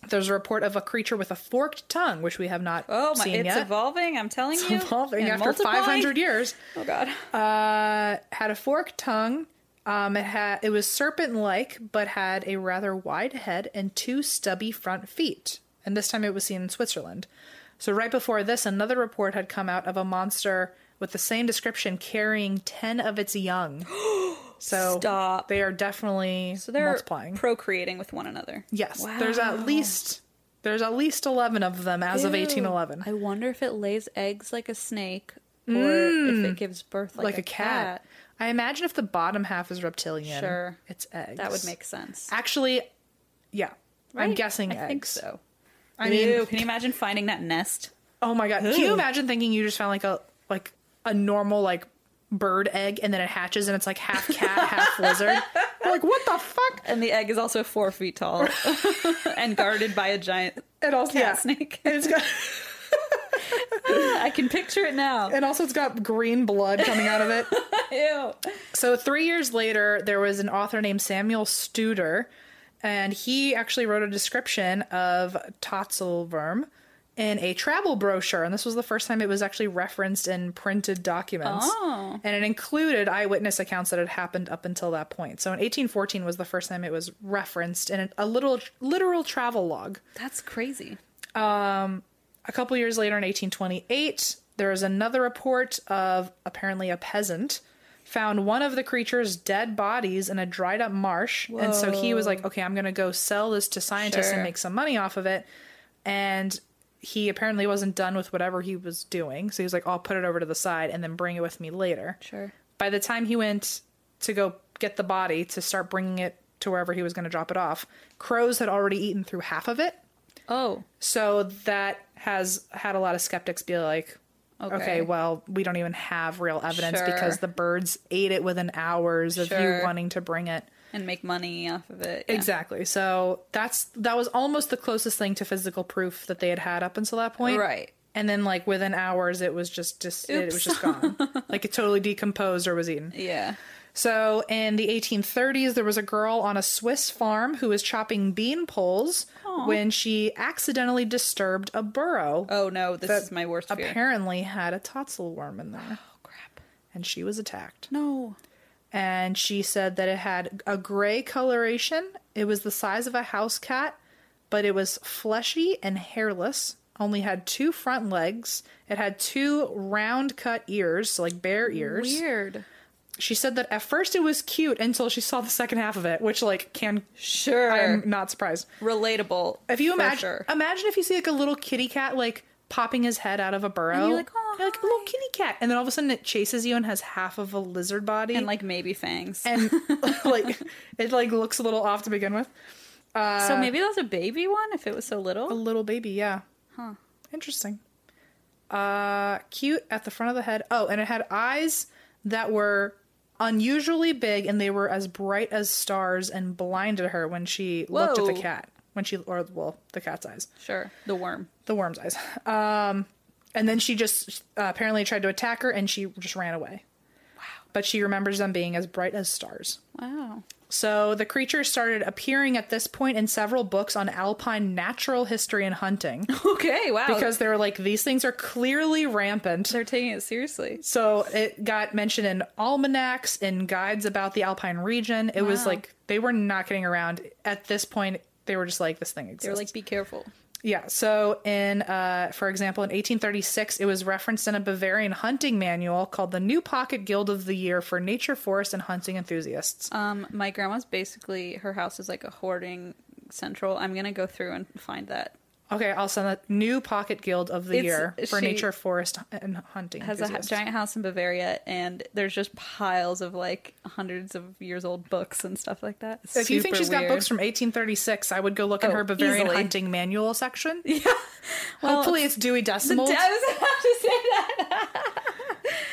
A: there's a report of a creature with a forked tongue, which we have not
C: Oh my!
A: seen
C: It's
A: yet.
C: evolving. I'm telling you.
A: evolving
C: and
A: after
C: multiplying.
A: 500 years
C: Oh god.
A: uh, had a forked tongue. Um, it had it was serpent-like, but had a rather wide head and two stubby front feet. And this time it was seen in Switzerland. So right before this, another report had come out of a monster with the same description carrying ten of its young. So
C: Stop.
A: they are definitely
C: So they're
A: multiplying.
C: procreating with one another.
A: yes, there's at least there's at least eleven of them as of
C: Ew.
A: 1811.
C: I wonder if it lays eggs like a snake or if it gives birth like,
A: Mm. like a cat. I imagine if the bottom half is reptilian,
C: Sure.
A: it's eggs.
C: That would make sense.
A: Actually, yeah. I'm
C: Right?
A: guessing
C: I
A: eggs.
C: think so.
A: I mean-
C: Ew, can you imagine finding that nest?
A: Oh my god. Can you
C: Ooh.
A: imagine thinking you just found like a like a normal like bird egg and then it hatches and it's like half cat, half lizard? You're like, what the fuck?
C: And the egg is also four feet tall and guarded by a giant
A: It also
C: cat
A: yeah.
C: snake.
A: And it's got
C: I can picture it now.
A: and also it's got green blood coming out of it.
C: Ew.
A: So three years later, there was an author named Samuel Studer, and he actually wrote a description of Totzelwurm in a travel brochure, and this was the first time it was actually referenced in printed documents.
C: Oh.
A: And it included eyewitness accounts that had happened up until that point. So in 1814 was the first time it was referenced in a little literal travel log.
C: That's crazy.
A: A couple years later, in 1828, there is another report of apparently a peasant found one of the creature's dead bodies in a dried up marsh. And so he was like, okay, I'm going to go sell this to scientists and
C: Sure.
A: make some money off of it. And he apparently wasn't done with whatever he was doing. So he was like, I'll put it over to the side and then bring it with me later.
C: Sure.
A: By the time he went to go get the body to start bringing it to wherever he was going to drop it off, crows had already eaten through half of it.
C: Oh.
A: So that has had a lot of skeptics be like, okay,
C: Okay.
A: well, we don't even have real evidence
C: Sure.
A: because the birds ate it within hours of you
C: Sure.
A: wanting to bring it.
C: And make money off of it. Yeah.
A: Exactly. So that's that was almost the closest thing to physical proof that they had had up until that point.
C: Right.
A: And then like within hours it was just just it was
C: Oops.
A: just gone. like it totally decomposed or was eaten.
C: Yeah.
A: So in the 1830s, there was a girl on a Swiss farm who was chopping bean poles when she accidentally disturbed a burrow.
C: Oh no, this
A: that
C: is my worst fear.
A: Apparently, had a totsel worm in there,
C: oh crap.
A: and she was attacked.
C: No.
A: And she said that it had a gray coloration. It was the size of a house cat, but it was fleshy and hairless. Only had two front legs. It had two round cut ears, so like bear ears.
C: Weird.
A: She said that at first it was cute until she saw the second half of it, which like can
C: Sure.
A: I'm not surprised.
C: Relatable.
A: If you
C: for
A: imagine
C: sure.
A: imagine if you see like a little kitty cat like popping his head out of a burrow
C: And you're like, "Aw,
A: You're like a little kitty cat, and then all of a sudden it chases you and has half of a lizard body,
C: and like maybe fangs.
A: and like it like looks a little off to begin with.
C: so maybe that was a baby one if it was so
A: A
C: little.
A: little baby, yeah.
C: Huh.
A: Interesting. Uh, cute at the front of the head. Oh, and it had eyes that were unusually big, and they were as bright as stars, and blinded her when she looked at the
C: Whoa.
A: cat. When she, or well, the cat's eyes,
C: Sure, the worm.
A: the worm's eyes. Um, and then she just uh, apparently tried to attack her, and she just ran away. Wow. But she remembers them being as bright as stars.
C: Wow.
A: So the creature started appearing at this point in several books on alpine natural history and hunting
C: Okay. Wow.
A: because they were like these things are clearly rampant.
C: they're taking it seriously.
A: So it got mentioned in almanacs and guides about the alpine region. It was
C: Wow.
A: like they were not getting around at this point. They were just like this thing exists.
C: They're like, be careful.
A: yeah. So in, uh, for example, in 1836, it was referenced in a Bavarian hunting manual called the New Pocket Guild of the Year for Nature, Forest, and Hunting Enthusiasts.
C: Um, my grandma's basically her house is like a hoarding central. I'm gonna go through and find that.
A: Okay, I'll send that New Pocket Guild of the
C: It's-
A: Year for
C: she-
A: Nature, Forest, and Hunting
C: Has a ha-
A: Enthusiasts.
C: giant house in Bavaria, and there's just piles of like hundreds of years old books and stuff like that. It's
A: If you think
C: super
A: she's got
C: weird.
A: books from 1836, I would go look in
C: Oh,
A: her Bavarian
C: easily.
A: hunting manual section.
C: yeah,
A: Hopefully, it's Dewey
C: the
A: Decimal.
C: I was about to say that.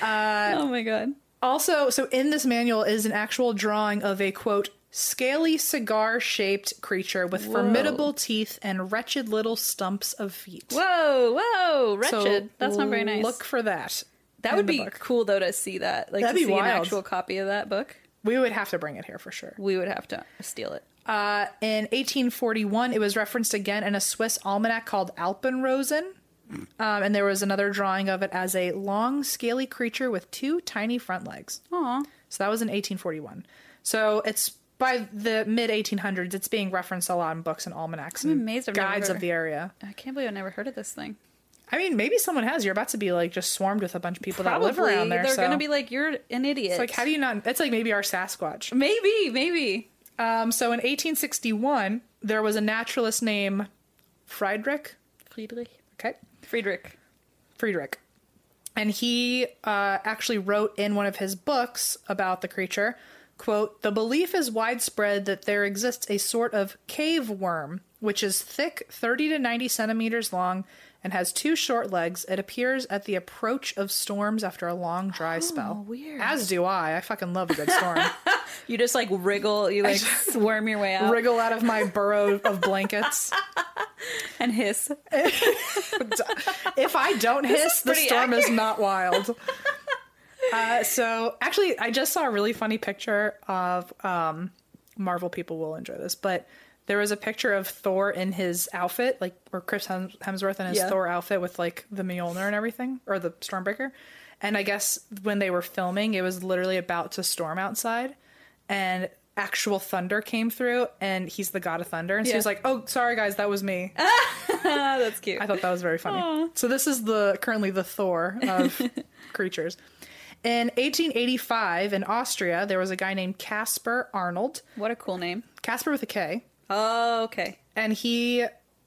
C: oh my god.
A: also, so in this manual is an actual drawing of a quote scaly cigar shaped creature with
C: Whoa.
A: formidable teeth and wretched little stumps of feet.
C: Whoa, whoa,
A: So
C: wretched. That's not very nice.
A: Look for that.
C: that
A: in
C: would
A: the
C: be
A: book.
C: cool though to see that. Like
A: That'd
C: to
A: be
C: see an
A: wild.
C: actual copy of that book.
A: We would have to bring it here for sure.
C: We would have to steal it.
A: Uh, in 1841, it was referenced again in a Swiss almanac called Alpenrosen.
C: Hmm.
A: Um, and there was another drawing of it as a long, scaly creature with two tiny front legs.
C: Aw.
A: So that was in 1841. So it's by the mid 1800s, it's being referenced a lot in books and almanacs and
C: amazed I've never
A: guides
C: heard-
A: of the area.
C: I can't believe I never heard of this thing.
A: I mean, maybe someone has. You're about to be like just swarmed with a bunch of people that live around there.
C: they're
A: so
C: gonna be like, You're an idiot.
A: it's like, how do you not? It's like maybe our Sasquatch.
C: Maybe, maybe.
A: Um, so in 1861, there was a naturalist named Friedrich.
C: Friedrich.
A: Okay.
C: Friedrich.
A: Friedrich. And he uh, actually wrote in one of his books about the creature, quote, "The belief is widespread that there exists a sort of cave worm, which is thick, 30 to 90 centimeters long, and has two short legs. It appears at the approach of storms after a long dry spell.
C: weird.
A: As do I. I fucking love a good storm.
C: You just like wriggle, you like swarm your way out
A: Wriggle out of my burrow of blankets.
C: and hiss.
A: if I don't hiss, the
C: pretty
A: storm is not wild. Uh, so, actually, I just saw a really funny picture of um, Marvel people will enjoy this, but there was a picture of Thor in his outfit, like or Chris Hem- Hemsworth in his
C: Yeah.
A: Thor outfit with like the Mjolnir and everything, or the Stormbreaker. And I guess when they were filming, it was literally about to storm outside, and actual thunder came through, and he's the god of thunder, and so
C: Yeah.
A: he's like, "Oh, sorry guys, that was me."
C: Ah, that's cute.
A: I thought that was very funny. So this is the currently the Thor of creatures. In 1885 in Austria, there was a guy named Casper Arnold,
C: What a cool name.
A: Casper with a K,
C: Oh, okay.
A: and he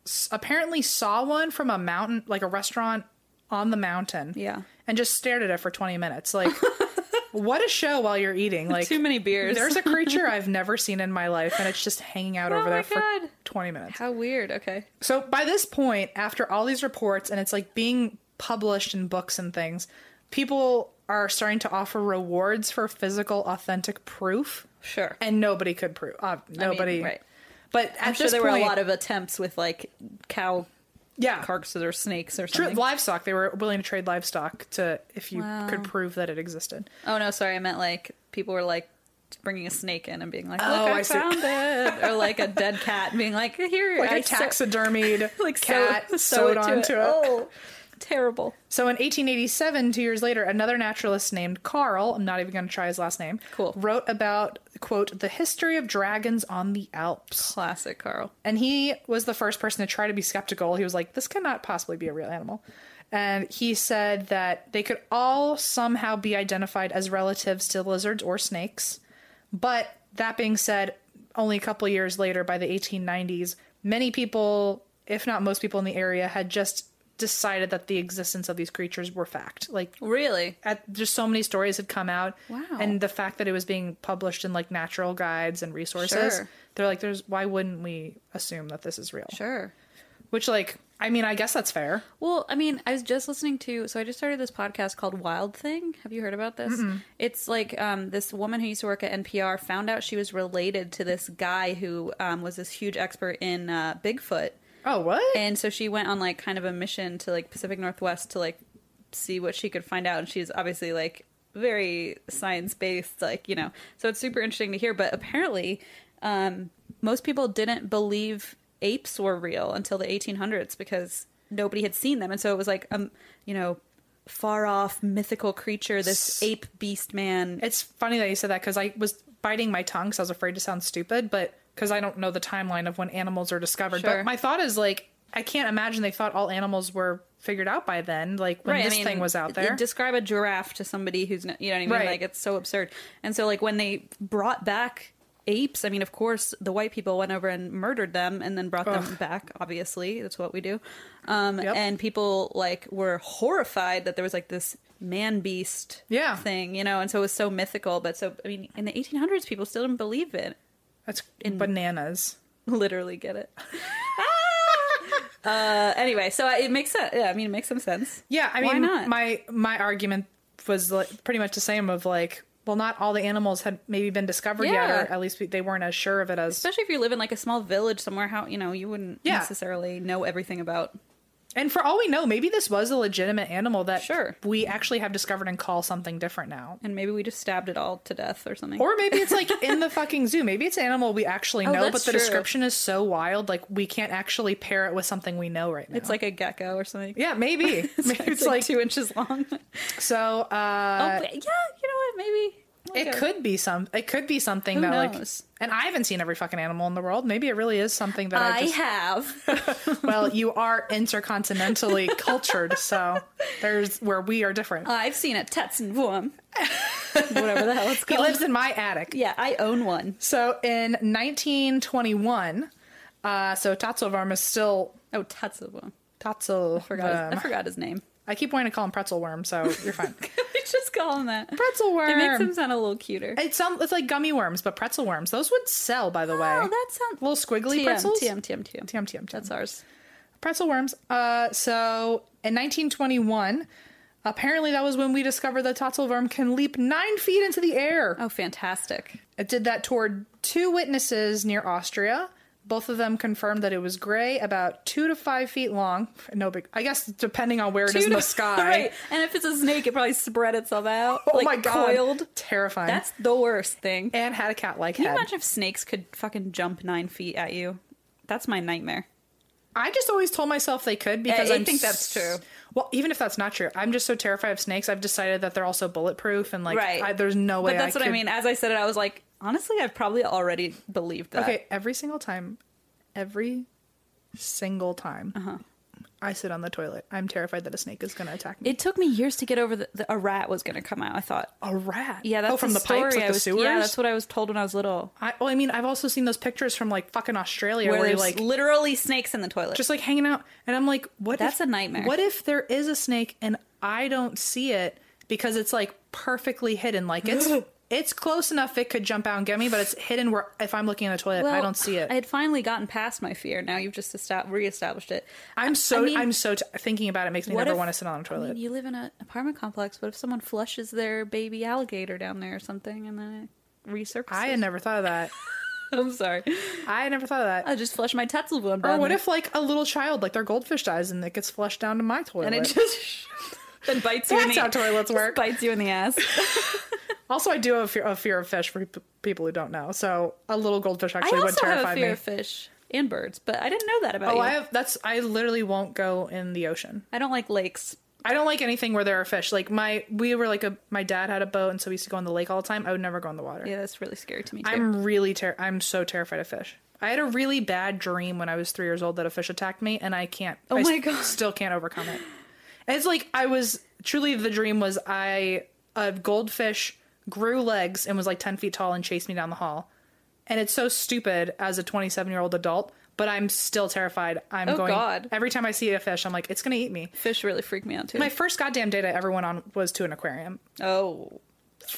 A: s- apparently saw one from a mountain, like a restaurant on the mountain.
C: Yeah.
A: And just stared at it for 20 minutes. Like, what a show while you're eating. Like,
C: Too many beers.
A: There's a creature I've never seen in my life, and it's just hanging out over
C: Oh my
A: there for
C: God.
A: 20 minutes.
C: How weird. Okay.
A: So by this point, after all these reports and it's like being published in books and things, people are starting to offer rewards for physical authentic proof,
C: Sure.
A: and nobody could prove. Uh, nobody,
C: right.
A: But at
C: I'm sure
A: this
C: there
A: point,
C: were a lot of attempts with like cow
A: yeah,
C: carcasses or snakes or
A: tr-
C: something.
A: livestock. They were willing to trade livestock to if you
C: Wow.
A: could prove that it existed.
C: oh no, sorry, I meant like people were like bringing a snake in and being like, "Look,
A: Oh,
C: I,
A: I see.
C: found it," or like a dead cat and being like, "Here,
A: Like a
C: I sew-
A: taxidermied
C: like
A: cat
C: sew, sew
A: sewed
C: it to
A: onto
C: it.
A: it.
C: Oh, terrible.
A: So in 1887, two years later, another naturalist named Carl, I'm not even going to try his last name,
C: Cool.
A: wrote about, quote, the history of dragons on the Alps.
C: Classic Carl.
A: And he was the first person to try to be skeptical. He was like, this cannot possibly be a real animal. And he said that they could all somehow be identified as relatives to lizards or snakes. But that being said, only a couple years later, by the 1890s, many people, if not most people in the area, had just decided that the existence of these creatures were fact. Like
C: Really?
A: at just so many stories had come out.
C: Wow.
A: And the fact that it was being published in like natural guides and resources,
C: Sure.
A: they're like, there's why wouldn't we assume that this is real?
C: Sure.
A: Which like I mean, I guess that's fair.
C: Well, I mean, I was just listening to, so I just started this podcast called Wild Thing. Have you heard about this? It's like um, this woman who used to work at NPR found out she was related to this guy who um, was this huge expert in uh, Bigfoot.
A: Oh, what?
C: And so she went on like kind of a mission to like Pacific Northwest to like see what she could find out. And she's obviously like very science based, like, you know. So it's super interesting to hear. But apparently, um, most people didn't believe apes were real until the 1800s because nobody had seen them. And so it was like, um, you know, far off mythical creature, this ape beast man.
A: It's funny that you said that because I was biting my tongue because I was afraid to sound stupid, but because I don't know the timeline of when animals are discovered.
C: Sure.
A: But my thought is like, I can't imagine they thought all animals were figured out by then, like when
C: Right, I
A: this
C: mean,
A: thing was out there.
C: Describe a giraffe to somebody who's not, you know what I mean?
A: Right.
C: Like it's so absurd. And so like when they brought back apes, I mean, of course, the white people went over and murdered them and then brought them back. Obviously, that's what we do. Um,
A: Yep.
C: And people like were horrified that there was like this man beast
A: Yeah.
C: thing, you know, and so it was so mythical. But so I mean, in the 1800s, people still didn't believe it.
A: That's bananas.
C: Literally, get it. Ah! uh, anyway, so it makes sense. Yeah, I mean, it makes some sense.
A: Yeah, I
C: Why
A: mean,
C: not?
A: my my argument was like, pretty much the same of like, well, not all the animals had maybe been discovered
C: Yeah.
A: yet, or at least we- they weren't as sure of it as.
C: especially if you live in like a small village somewhere how you know you wouldn't
A: Yeah.
C: necessarily know everything about
A: and for all we know, maybe this was a legitimate animal that
C: Sure.
A: we actually have discovered and call something different now.
C: and maybe we just stabbed it all to death or something
A: Or maybe it's like in the fucking zoo. Maybe it's an animal we actually
C: Oh,
A: know, but
C: that's
A: the
C: true.
A: description is so wild, like we can't actually pair it with something we know right now.
C: it's like a gecko or something
A: yeah, maybe. maybe it's,
C: it's, like,
A: like,
C: two inches long
A: so. Uh,
C: oh, but yeah you know what maybe we'll
A: it
C: go.
A: could be some. It could be something
C: Who
A: that
C: knows?
A: like. And I haven't seen every fucking animal in the world. Maybe it really is something that I,
C: I
A: just.
C: have.
A: well, you are intercontinentally cultured, so there's where we are different.
C: I've seen a Tetzenwurm. Whatever the hell it's
A: he
C: called.
A: lives in my attic.
C: yeah, I own one.
A: So in 1921, uh, so Tatzelworm is still
C: Oh, Tetzenwurm.
A: Tatzel.
C: Forgot his, I forgot his name.
A: I keep wanting to call him pretzel worm, so you're fine.
C: we just call him that.
A: pretzel worm.
C: It makes him sound a little cuter.
A: It's some. It's like gummy worms, but pretzel worms. Those would sell, by the way.
C: Oh, that sounds
A: little squiggly
C: TM,
A: pretzels.
C: TM, TM, TM.
A: TM, TM,
C: That's ours.
A: Pretzel worms. Uh, so in 1921, apparently that was when we discovered the tatzel worm can leap nine feet into the air.
C: Oh, fantastic.
A: It did that toward two witnesses near Austria. Both of them confirmed that it was gray, about two to five feet long. No big. I guess depending on where it is in
C: Dude,
A: the sky.
C: right. And if it's a snake, it probably spread itself out.
A: Oh
C: like,
A: my god!
C: Coiled.
A: Terrifying.
C: That's the worst thing. Can
A: and had a cat-like
C: you
A: head.
C: imagine if snakes could fucking jump nine feet at you? That's my nightmare.
A: I just always told myself they could because
C: I
A: I'm s-
C: think that's true.
A: Well, even if that's not true, I'm just so terrified of snakes. I've decided that they're also bulletproof and like
C: right.
A: I, there's no way.
C: But that's
A: I
C: what
A: could...
C: I mean. As I said it, I was like, honestly, I've probably already believed that.
A: Okay, every single time, every single time,
C: Uh-huh.
A: I sit on the toilet. I'm terrified that a snake is going to attack me.
C: It took me years to get over that a rat was going to come out. I thought.
A: a rat.
C: Yeah, that's
A: oh, from the
C: story
A: pipes, like
C: I
A: the
C: was,
A: sewers.
C: Yeah, that's what I was told when I was little.
A: I, well, I mean, I've also seen those pictures from like fucking Australia
C: Where
A: where,
C: there's
A: you're like
C: literally snakes in the toilet.
A: just like hanging out, and I'm like, what?
C: That's
A: if-
C: a nightmare.
A: What if there is a snake and I don't see it because it's like perfectly hidden? Like it's it's close enough it could jump out and get me, but it's hidden where if I'm looking in the toilet, I
C: Well,
A: don't see it.
C: I had finally gotten past my fear. Now you've just esta- reestablished it.
A: I, am so
C: I mean-
A: I'm so t- thinking about it makes me
C: What
A: never
C: if-
A: want to sit on the
C: I
A: toilet.
C: mean, you live in an apartment complex. What if someone flushes their baby alligator down there or something, and then it resurfaces?
A: I had never thought of that.
C: I'm sorry.
A: I had never thought of that.
C: I just flushed my tetzelboom down.
A: Or what
C: there,
A: if like a little child, like their goldfish dies and it gets flushed down to my toilet?
C: and it just then bites you? in
A: That's
C: the,
A: how toilets
C: just
A: work.
C: Bites you in the ass.
A: also, I do have a fear, a fear of fish for pe- people who don't know. So a little goldfish
C: I
A: actually would
C: also have
A: terrify
C: a fear
A: me.
C: of fish and birds, but I didn't know that about
A: Oh,
C: you.
A: I have. That's I literally won't go in the ocean.
C: I don't like lakes.
A: I don't like anything where there are fish. Like my, we were like a. My dad had a boat, and so we used to go on the lake all the time. I would never go in the water.
C: Yeah, that's really scary to me too.
A: I'm really ter. I'm so terrified of fish. I had a really bad dream when I was three years old that a fish attacked me, and I can't.
C: Oh
A: I
C: my
A: s-
C: God.
A: Still can't overcome it. And it's like I was truly the dream was I a goldfish grew legs and was like ten feet tall and chased me down the hall, and it's so stupid as a twenty seven year old adult. but I'm still terrified. I'm
C: Oh,
A: going
C: God.
A: every time I see a fish, I'm like, it's gonna eat me.
C: Fish really freak me out too.
A: My first goddamn date I ever went on was to an aquarium.
C: oh,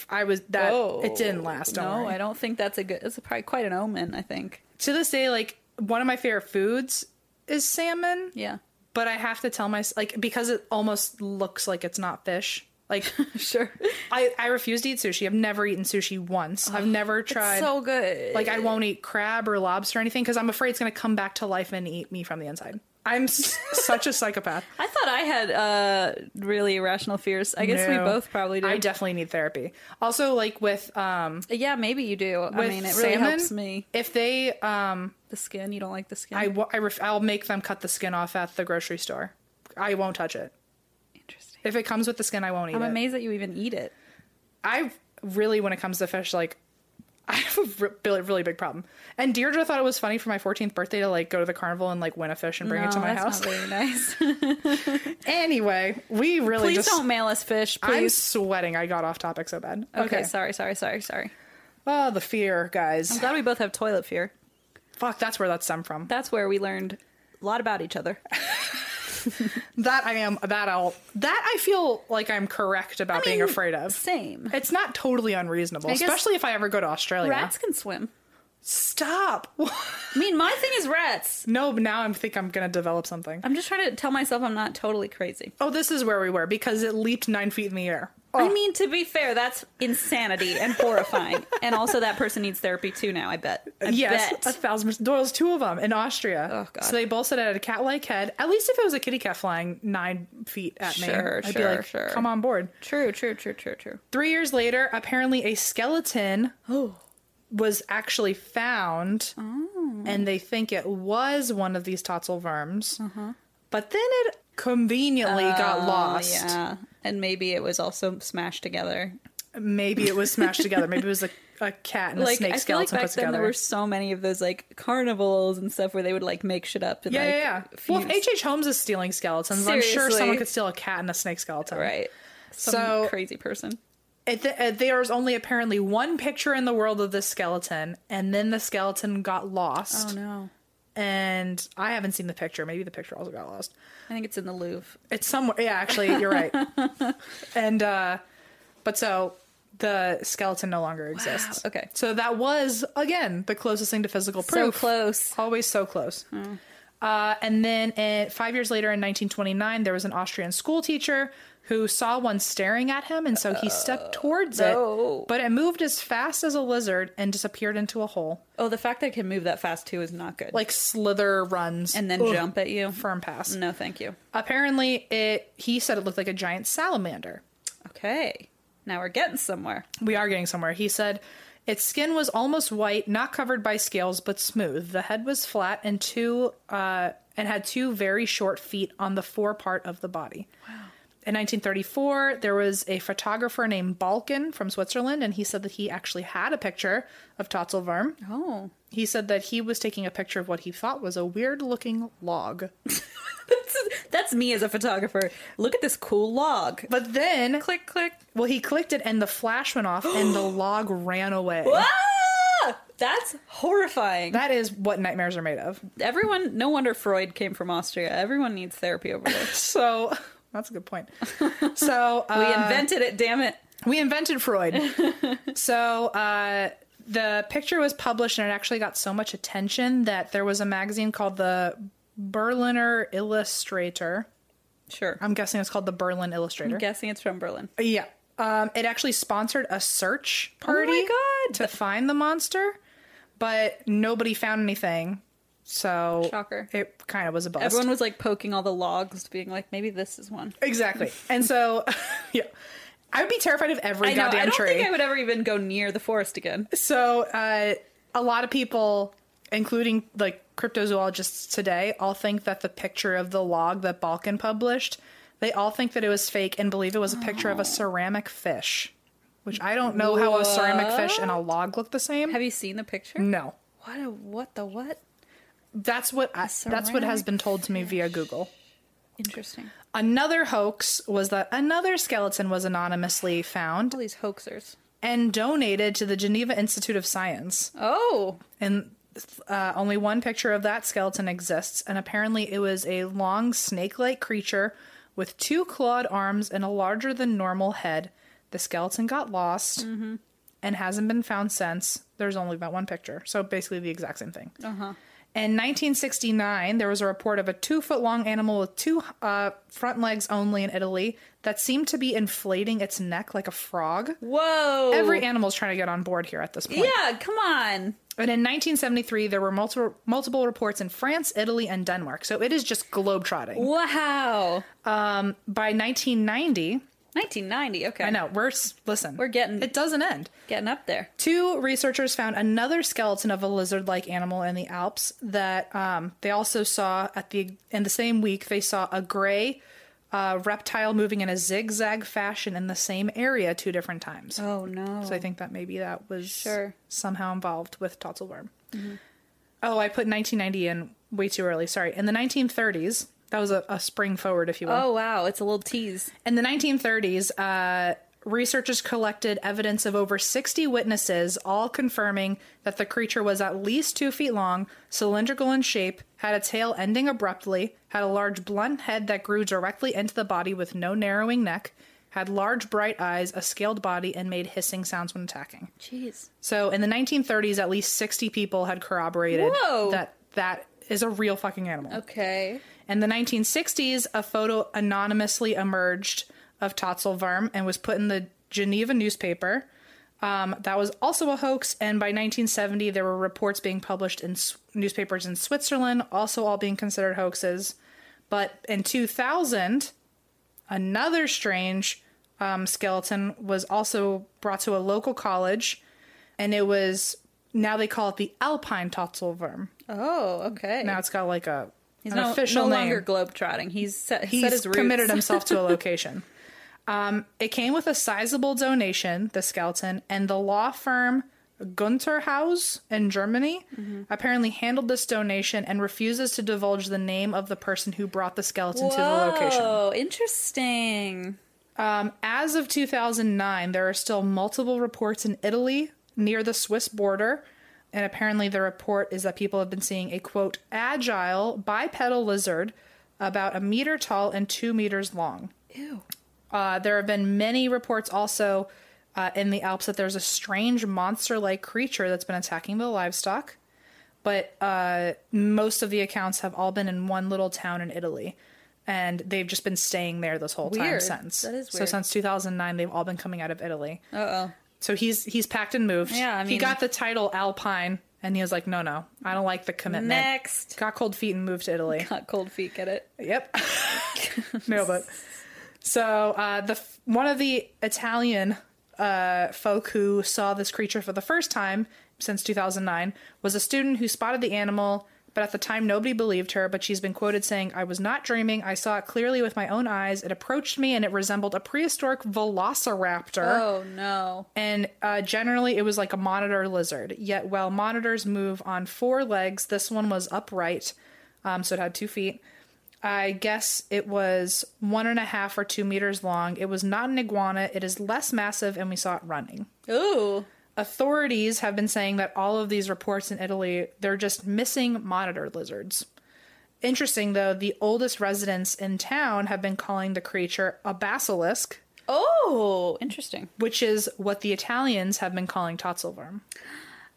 A: I was that
C: oh,
A: it didn't last. Don't
C: no,
A: worry.
C: I don't think that's a good. It's probably quite an omen. I think.
A: to this day, like one of my favorite foods is salmon,
C: Yeah.
A: but I have to tell my like because it almost looks like it's not fish. Like
C: Sure.
A: I, I refuse to eat sushi. I've never eaten sushi once. I've never tried.
C: so good.
A: like I won't eat crab or lobster or anything because I'm afraid it's gonna come back to life and eat me from the inside. I'm s- such a psychopath.
C: I thought I had uh really irrational fears. I guess we
A: No.
C: both probably do.
A: I definitely need therapy. Also, like with um,
C: yeah, maybe you do. I
A: with
C: mean, it really
A: salmon,
C: helps me.
A: If they um,
C: The skin. You don't like the skin.
A: I, wa- I ref- I'll make them cut the skin off at the grocery store. I won't touch it.
C: Interesting.
A: If it comes with the skin, I won't eat
C: I'm
A: it.
C: amazed that you even eat it.
A: I really, when it comes to fish, like I have a re- really, really big problem. And Deirdre thought it was funny for my 14th birthday to like go to the carnival and like win a fish and bring it to
C: No,
A: my
C: that's
A: house.
C: Not very nice.
A: anyway, we really
C: Please
A: just.
C: don't mail us fish,
A: I'm
C: please.
A: sweating. I got off topic so bad.
C: okay, sorry, sorry, sorry, sorry.
A: Oh, the fear, guys.
C: I'm glad we both have toilet fear.
A: Fuck, that's where that stemmed from.
C: That's where we learned a lot about each other.
A: That I am. That I'll. That I feel like I'm correct about being
C: mean,
A: afraid of.
C: Same.
A: It's not totally unreasonable,
C: I guess-
A: especially if I ever go to Australia.
C: Rats can swim.
A: Stop.
C: I mean, my thing is rats.
A: no, but now I am think I'm gonna develop something.
C: I'm just trying to tell myself I'm not totally crazy.
A: Oh, this is where we were because it leaped nine feet in the air. Oh,
C: I mean, to be fair, that's insanity and horrifying. and also, that person needs therapy too now, I bet. I
A: yes, Uh, a
C: bet.
A: thousand. percent. Doyle's two of them in Austria.
C: Oh, God.
A: So they both said it had a cat-like head. At least if it was a kitty cat flying nine feet at me,
C: Sure,
A: I'd be
C: sure,
A: like,
C: sure.
A: come on board.
C: True, true, true, true, true.
A: Three years later, apparently a skeleton
C: Oh.
A: was actually found,
C: Oh.
A: and they think it was one of these totsel worms.
C: Uh-huh.
A: But then it conveniently got lost.
C: Oh, Yeah. And maybe it was also smashed together.
A: Maybe it was smashed together. Maybe it was a, a cat and a
C: Like,
A: snake
C: I feel like
A: skeleton
C: back
A: put
C: then
A: together.
C: there were so many of those, like, carnivals and stuff where they would, like, make shit up. And,
A: Yeah,
C: like,
A: yeah, yeah. Well, if H.H. Holmes is stealing skeletons, I'm sure
C: Seriously.
A: someone could steal a cat and a snake skeleton.
C: Right. Some
A: So-
C: crazy person.
A: It, it, there was only apparently one picture in the world of this skeleton, and then the skeleton got lost.
C: Oh, no.
A: And I haven't seen the picture. Maybe the picture also got lost.
C: I think it's in the Louvre.
A: It's somewhere. Yeah, actually, you're right. and, uh, but so the skeleton no longer exists.
C: okay.
A: So that was, again, the closest thing to physical proof.
C: So close.
A: Always so close. Uh, and then uh five years later in 1929, there was an Austrian school teacher who saw one staring at him, and so he stepped towards
C: Uh, no.
A: it, but it moved as fast as a lizard and disappeared into a hole.
C: Oh, the fact that it can move that fast too is not good.
A: Like slither runs
C: and then
A: Ugh.
C: jump at you.
A: firm pass.
C: No, thank you.
A: Apparently, it he said it looked like a giant salamander.
C: Okay. Now we're getting somewhere.
A: We are getting somewhere. He said its skin was almost white, not covered by scales, but smooth. The head was flat and two uh, and had two very short feet on the fore part of the body. Wow. In 1934, there was a photographer named Balkin from Switzerland, and he said that he actually had a picture of Tatzelwurm.
C: Oh.
A: He said that he was taking a picture of what he thought was a weird looking log.
C: That's me as a photographer. Look at this cool log.
A: But then,
C: Click, click.
A: well, he clicked it and the flash went off and the log ran away.
C: Ah! That's horrifying.
A: That is what nightmares are made of.
C: Everyone, no wonder Freud came from Austria. Everyone needs therapy over there.
A: So that's a good point. So
C: We
A: uh,
C: invented it, damn it.
A: we invented Freud. so uh, the picture was published and it actually got so much attention that there was a magazine called the Berliner Illustrator.
C: Sure. I'm
A: I'm guessing it's called the Berlin Illustrator.
C: guessing it's from Berlin.
A: Yeah. Um, it actually sponsored a search party
C: Oh God.
A: to find the monster, but nobody found anything. So
C: Shocker.
A: it kind of was a bust.
C: Everyone was like poking all the logs, being like, maybe this is one.
A: Exactly. And so, yeah, I would be terrified of every
C: I know.
A: goddamn
C: I don't
A: tree.
C: think I would ever even go near the forest again.
A: So, uh, a lot of people, including like cryptozoologists today, all think that the picture of the log that Balkan published, they all think that it was fake and believe it was a picture
C: Oh.
A: of a ceramic fish, which I don't know how a ceramic fish and a log look the same.
C: Have you seen the picture?
A: no,
C: What a what the what?
A: that's what I, that's what has
C: ceramic
A: been told to me via Google.
C: Interesting.
A: Another hoax was that another skeleton was anonymously found
C: All these hoaxers.
A: and donated to the Geneva Institute of Science.
C: Oh,
A: And Uh, only one picture of that skeleton exists, and apparently it was a long snake like creature with two clawed arms and a larger than normal head. The skeleton got lost and hasn't been found since. There's only about one picture. So basically the exact same thing. Uh-huh. In 1969, there was a report of a two foot long animal with two uh, front legs only in Italy that seemed to be inflating its neck like a frog.
C: Whoa.
A: Every animal's trying to get on board here at this point.
C: Yeah, come on.
A: And in 1973, there were multiple multiple reports in France, Italy, and Denmark. So it is just globetrotting.
C: Wow.
A: By 1990,
C: 1990. Okay.
A: I know we're s- listen,
C: We're getting-
A: it doesn't end.
C: Getting up there.
A: Two researchers found another skeleton of a lizard-like animal in the Alps that um, they also saw at the in the same week. They saw a gray uh, reptile moving in a zigzag fashion in the same area two different times.
C: Oh, no.
A: So I think that maybe that was
C: Sure. Mm-hmm.
A: somehow involved with Totzelworm. Oh, I put 1990 in way too early. Sorry. In the 1930s, that was a, a spring forward, if you will.
C: Oh, wow. It's a little tease.
A: In the 1930s, uh, researchers collected evidence of over 60 witnesses, all confirming that the creature was at least two feet long, cylindrical in shape, had a tail ending abruptly, had a large blunt head that grew directly into the body with no narrowing neck, had large bright eyes, a scaled body, and made hissing sounds when attacking.
C: Jeez.
A: So in the 1930s, at least 60 people had corroborated
C: Whoa.
A: that that is a real fucking animal.
C: Okay.
A: In the 1960s, a photo anonymously emerged of Totzelvarm and was put in the Geneva newspaper. Um, that was also a hoax, and by 1970, there were reports being published in s- newspapers in Switzerland, also all being considered hoaxes. But in 2000, another strange um, skeleton was also brought to a local college, and it was now they call it the Alpine Totzelworm.
C: Oh, okay.
A: Now it's got like a
C: He's
A: an
C: no,
A: official
C: no
A: name
C: longer globetrotting. He's set,
A: he's
C: set his roots.
A: committed himself to a location. Um, it came with a sizable donation, the skeleton, and the law firm Gunter Haus in Germany
C: Mm-hmm.
A: apparently handled this donation and refuses to divulge the name of the person who brought the skeleton to the location.
C: Whoa, Oh, interesting.
A: Um, as of 2009, there are still multiple reports in Italy near the Swiss border. And apparently, the report is that people have been seeing a quote, agile bipedal lizard about a meter tall and two meters long.
C: Ew.
A: Uh, there have been many reports also uh, in the Alps that there's a strange monster like creature that's been attacking the livestock. But uh, most of the accounts have all been in one little town in Italy. And they've just been staying there this whole time
C: Weird.
A: since.
C: That is
A: So
C: weird.
A: since 2009, they've all been coming out of Italy.
C: Uh oh.
A: So he's he's packed and moved.
C: Yeah, I
A: he
C: mean-
A: got the title Alpine, and he was like, "No, no, I don't like the commitment."
C: Next.
A: Got cold feet and moved to Italy.
C: Got cold feet, get it?
A: Yep. Nailed it. So uh, the f- one of the Italian uh, folk who saw this creature for the first time since 2009 was a student who spotted the animal, but at the time nobody believed her. But she's been quoted saying, "I was not dreaming. I saw it clearly with my own eyes. It approached me, and it resembled a prehistoric velociraptor."
C: Oh no.
A: and uh, generally it was like a monitor lizard. Yet while monitors move on four legs, this one was upright, um, so it had two feet. I guess it was one and a half or two meters long. It was not an iguana. It is less massive, and we saw it running.
C: Ooh.
A: Authorities have been saying that all of these reports in Italy, they're just missing monitor lizards. Interesting, though, the oldest residents in town have been calling the creature a basilisk,
C: Oh, interesting.
A: which is what the Italians have been calling totsilworm.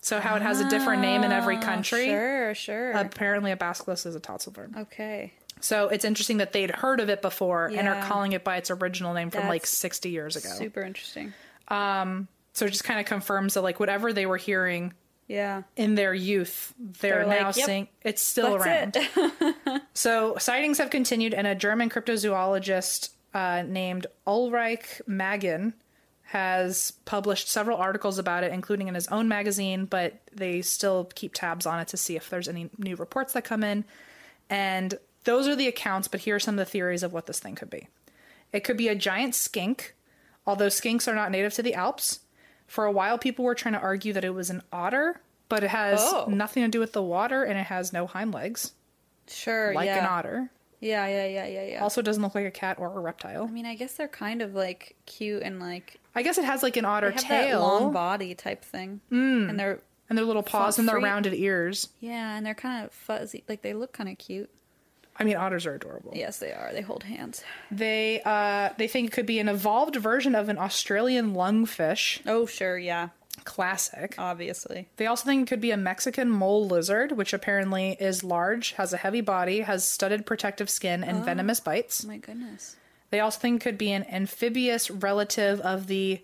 A: So how it has a different name in every country.
C: Ah, Sure, sure.
A: Apparently, a basilisk is a totsilworm.
C: okay.
A: So it's interesting that they'd heard of it before and are
C: Yeah.
A: calling it by its original name from like
C: That's
A: 60 years ago.
C: Super interesting.
A: So it just kind of confirms that like whatever they were hearing
C: Yeah.
A: in their youth, they're,
C: They're like,
A: now
C: "Yep,
A: seeing it's still around.
C: That's it.
A: So sightings have continued, and a German cryptozoologist uh, named Ulrich Magen has published several articles about it, including in his own magazine. But they still keep tabs on it to see if there's any new reports that come in. And those are the accounts. But here are some of the theories of what this thing could be. It could be a giant skink, although skinks are not native to the Alps. For a while, people were trying to argue that it was an otter, but it has
C: Oh.
A: nothing to do with the water, and it has no hind legs,
C: Sure.
A: like
C: yeah.
A: an otter.
C: Yeah, yeah, yeah, yeah, yeah.
A: Also, doesn't look like a cat or a reptile.
C: I mean, I guess they're kind of like cute and like
A: I guess it has like an otter
C: they have
A: tail.
C: that long body type thing, mm. and they're
A: and their little paws and their
C: Free-
A: rounded ears.
C: Yeah, and they're kind of fuzzy. Like they look kind of cute.
A: I mean, otters are adorable.
C: Yes, they are. They hold hands.
A: They uh, they think it could be an evolved version of an Australian lungfish,
C: Oh, sure. Yeah.
A: classic.
C: Obviously.
A: They also think it could be a Mexican mole lizard, which apparently is large, has a heavy body, has studded protective skin, and venomous bites.
C: Oh my goodness.
A: They also think it could be an amphibious relative of the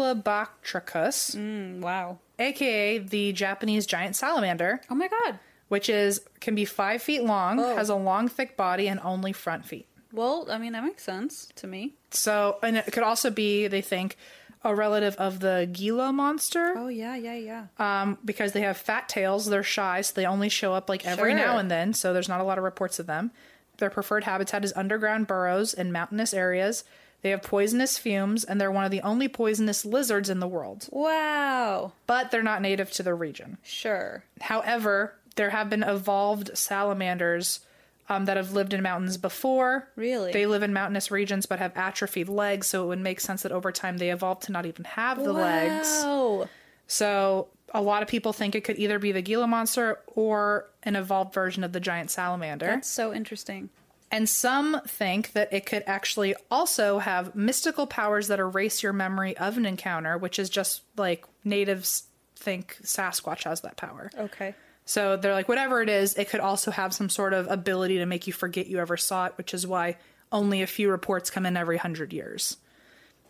A: Megalobotrachus,
C: Mm, wow.
A: aka the Japanese giant salamander,
C: Oh my god.
A: which is can be five feet long,
C: Oh.
A: has a long, thick body, and only front feet.
C: Well, I mean that makes sense to me.
A: So, and it could also be, they think, a relative of the Gila monster,
C: Oh yeah, yeah, yeah.
A: um, because they have fat tails. They're shy, so they only show up like every
C: Sure.
A: now and then. So there's not a lot of reports of them. Their preferred habitat is underground burrows in mountainous areas. They have poisonous fumes, and they're one of the only poisonous lizards in the world.
C: Wow.
A: But they're not native to the region.
C: Sure.
A: However, there have been evolved salamanders um, that have lived in mountains before.
C: Really?
A: They live in mountainous regions but have atrophied legs, so it would make sense that over time they evolved to not even have the legs.
C: Wow.
A: So a lot of people think it could either be the Gila monster or an evolved version of the giant salamander.
C: That's so interesting.
A: And some think that it could actually also have mystical powers that erase your memory of an encounter, which is just like natives think Sasquatch has that power.
C: Okay.
A: So they're like, whatever it is, it could also have some sort of ability to make you forget you ever saw it, which is why only a few reports come in every hundred years.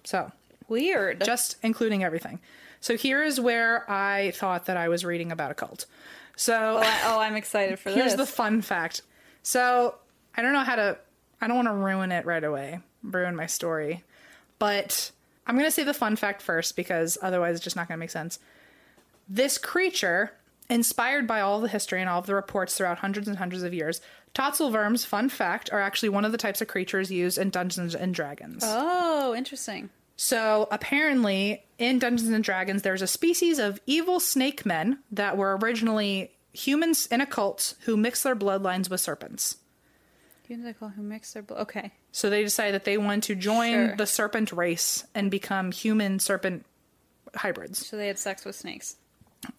A: So
C: Weird.
A: just including everything. So here is where I thought that I was reading about a cult. So
C: oh, I, oh, I'm excited for
A: here's the
C: this.
A: fun fact. So I don't know how to, I don't want to ruin it right away, ruin my story, but I'm going to say the fun fact first because otherwise it's just not going to make sense. This creature, inspired by all the history and all of the reports throughout hundreds and hundreds of years, Totzelworms, fun fact, are actually one of the types of creatures used in Dungeons and Dragons.
C: oh, interesting.
A: So apparently, in Dungeons and Dragons, there's a species of evil snake men that were originally humans in a cult who mixed their bloodlines with serpents.
C: You know they call who mixed their blo- okay.
A: So they decided that they wanted to join
C: Sure.
A: the serpent race and become human serpent hybrids,
C: So they had sex with snakes.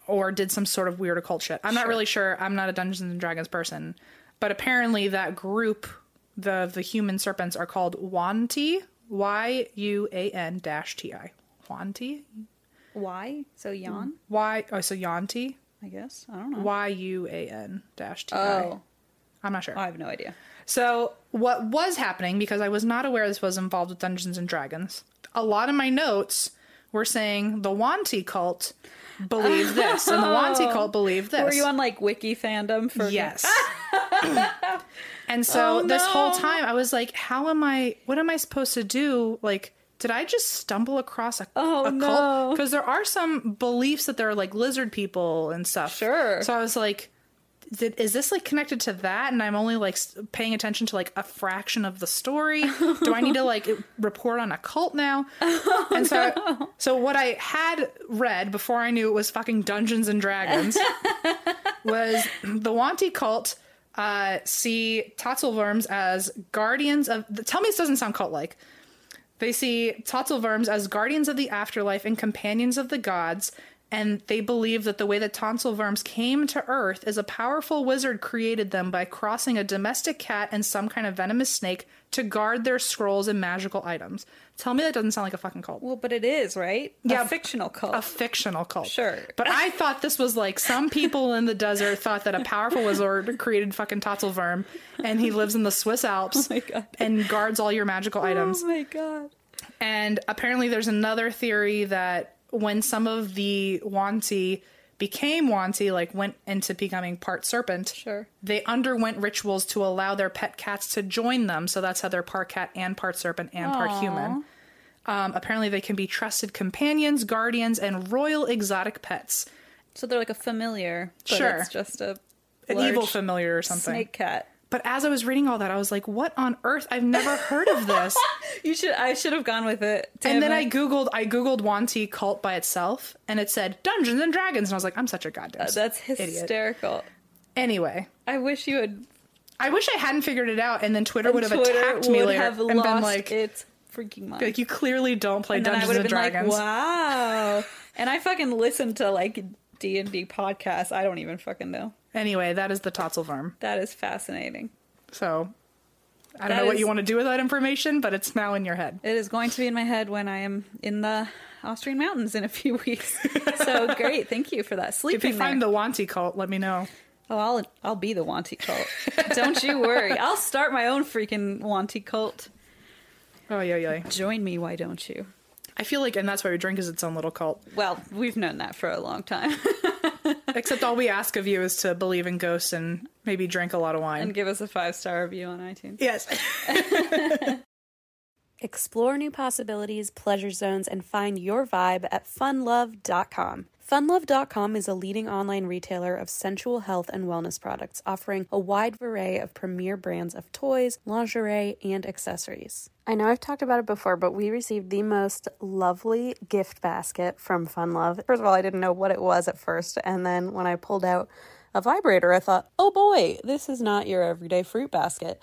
A: or did some sort of weird occult shit. I'm not
C: Sure.
A: really sure. I'm not a Dungeons and Dragons person, but apparently that group, the the human serpents, are called Wanti, Y U A N dash T I, Wanti,
C: Why? So yawn?
A: Y. Oh, so Yanti.
C: I guess. I don't know.
A: Y U A N dash T I.
C: Mm-hmm. Oh,
A: I'm not sure.
C: I have no idea.
A: So, what was happening, because I was not aware this was involved with Dungeons and Dragons, a lot of my notes were saying the Wanty cult believed this, and the Wanty cult believed this.
C: Oh. Were you on like wiki fandom for Ah!
A: Yes. and so
C: Oh,
A: this whole
C: no.
A: time I was like, how am I what am I supposed to do? Like, did I just stumble across a,
C: Oh,
A: a cult?
C: no.
A: Because there are some beliefs that there are like lizard people and stuff.
C: Sure.
A: So I was like, did, is this like connected to that? And I'm only like s- paying attention to like a fraction of the story. Do I need to like report on a cult now? and so, so what I had read before I knew it was fucking Dungeons and Dragons was the Wanty cult uh, see Totzelworms as guardians of. Tell me this doesn't sound cult like. They see Totzelworms as guardians of the afterlife and companions of the gods, and they believe that the way that Totzelworms came to Earth is a powerful wizard created them by crossing a domestic cat and some kind of venomous snake to guard their scrolls and magical items. Tell me that doesn't sound like a fucking cult.
C: Well, but it is right.
A: Yeah,
C: a fictional cult.
A: A fictional cult.
C: Sure.
A: But I thought this was like some people in the desert thought that a powerful wizard created fucking Totzelworm and he lives in the Swiss Alps
C: Oh my God.
A: and guards all your magical items.
C: oh my god.
A: And apparently, there's another theory that when some of the Wanti became Wanti, like went into becoming part serpent,
C: Sure.
A: they underwent rituals to allow their pet cats to join them. So that's how they're part cat and part serpent and part human. Um, apparently, they can be trusted companions, guardians, and royal exotic pets.
C: So they're like a familiar. But
A: Sure.
C: It's just a
A: An
C: large
A: evil familiar or something.
C: snake cat.
A: But as I was reading all that, I was like, what on earth? I've never heard of this.
C: You should. I should have gone with it. Damn
A: and then
C: it.
A: I googled I googled Wanty cult by itself, and it said Dungeons and Dragons, and I was like, I'm such a goddamn
C: Uh, That's
A: idiot.
C: hysterical.
A: Anyway,
C: I wish you had.
A: I wish I hadn't figured it out, and then Twitter would have
C: Twitter
A: attacked
C: would
A: me later
C: have
A: and
C: lost
A: been like,
C: its freaking mind.
A: like, you clearly don't play
C: and then I
A: Dungeons
C: would have
A: and
C: been like,
A: Dragons.
C: wow. and I fucking listened to like D and D podcast. I don't even fucking know.
A: Anyway, that is the Totzel Farm.
C: That is fascinating.
A: So I don't
C: That
A: know what
C: is-
A: you want to do with that information, but it's now in your head.
C: It is going to be in my head when I am in the Austrian mountains in a few weeks. So great, thank you for that.
A: If
C: Sleeping
A: you find
C: there.
A: the Wanty cult, let me know.
C: oh, I'll I'll be the Wanty cult. Don't you worry. I'll start my own freaking Wanty cult.
A: Oh yeah, yeah.
C: Join me, why don't you?
A: I feel like, and that's why we drink is its own little cult.
C: Well, we've known that for a long time.
A: Except all we ask of you is to believe in ghosts and maybe drink a lot of wine.
C: and give us a five star review on iTunes.
A: yes.
B: Explore new possibilities, pleasure zones, and find your vibe at funlove.com. Funlove.com is a leading online retailer of sensual health and wellness products, offering a wide array of premier brands of toys, lingerie, and accessories. I know I've talked about it before, but we received the most lovely gift basket from Funlove. First of all, I didn't know what it was at first, and then when I pulled out a vibrator, I thought, oh boy, this is not your everyday fruit basket.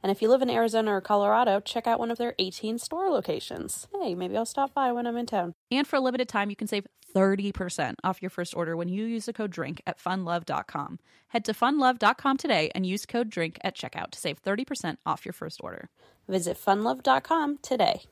B: And if you live in Arizona or Colorado, check out one of their 18 store locations. Hey, maybe I'll stop by when I'm in town.
C: And for a limited time, you can save 30% off your first order when you use the code DRINK at funlove.com. Head to funlove.com today and use code DRINK at checkout to save 30% off your first order.
B: Visit funlove.com today.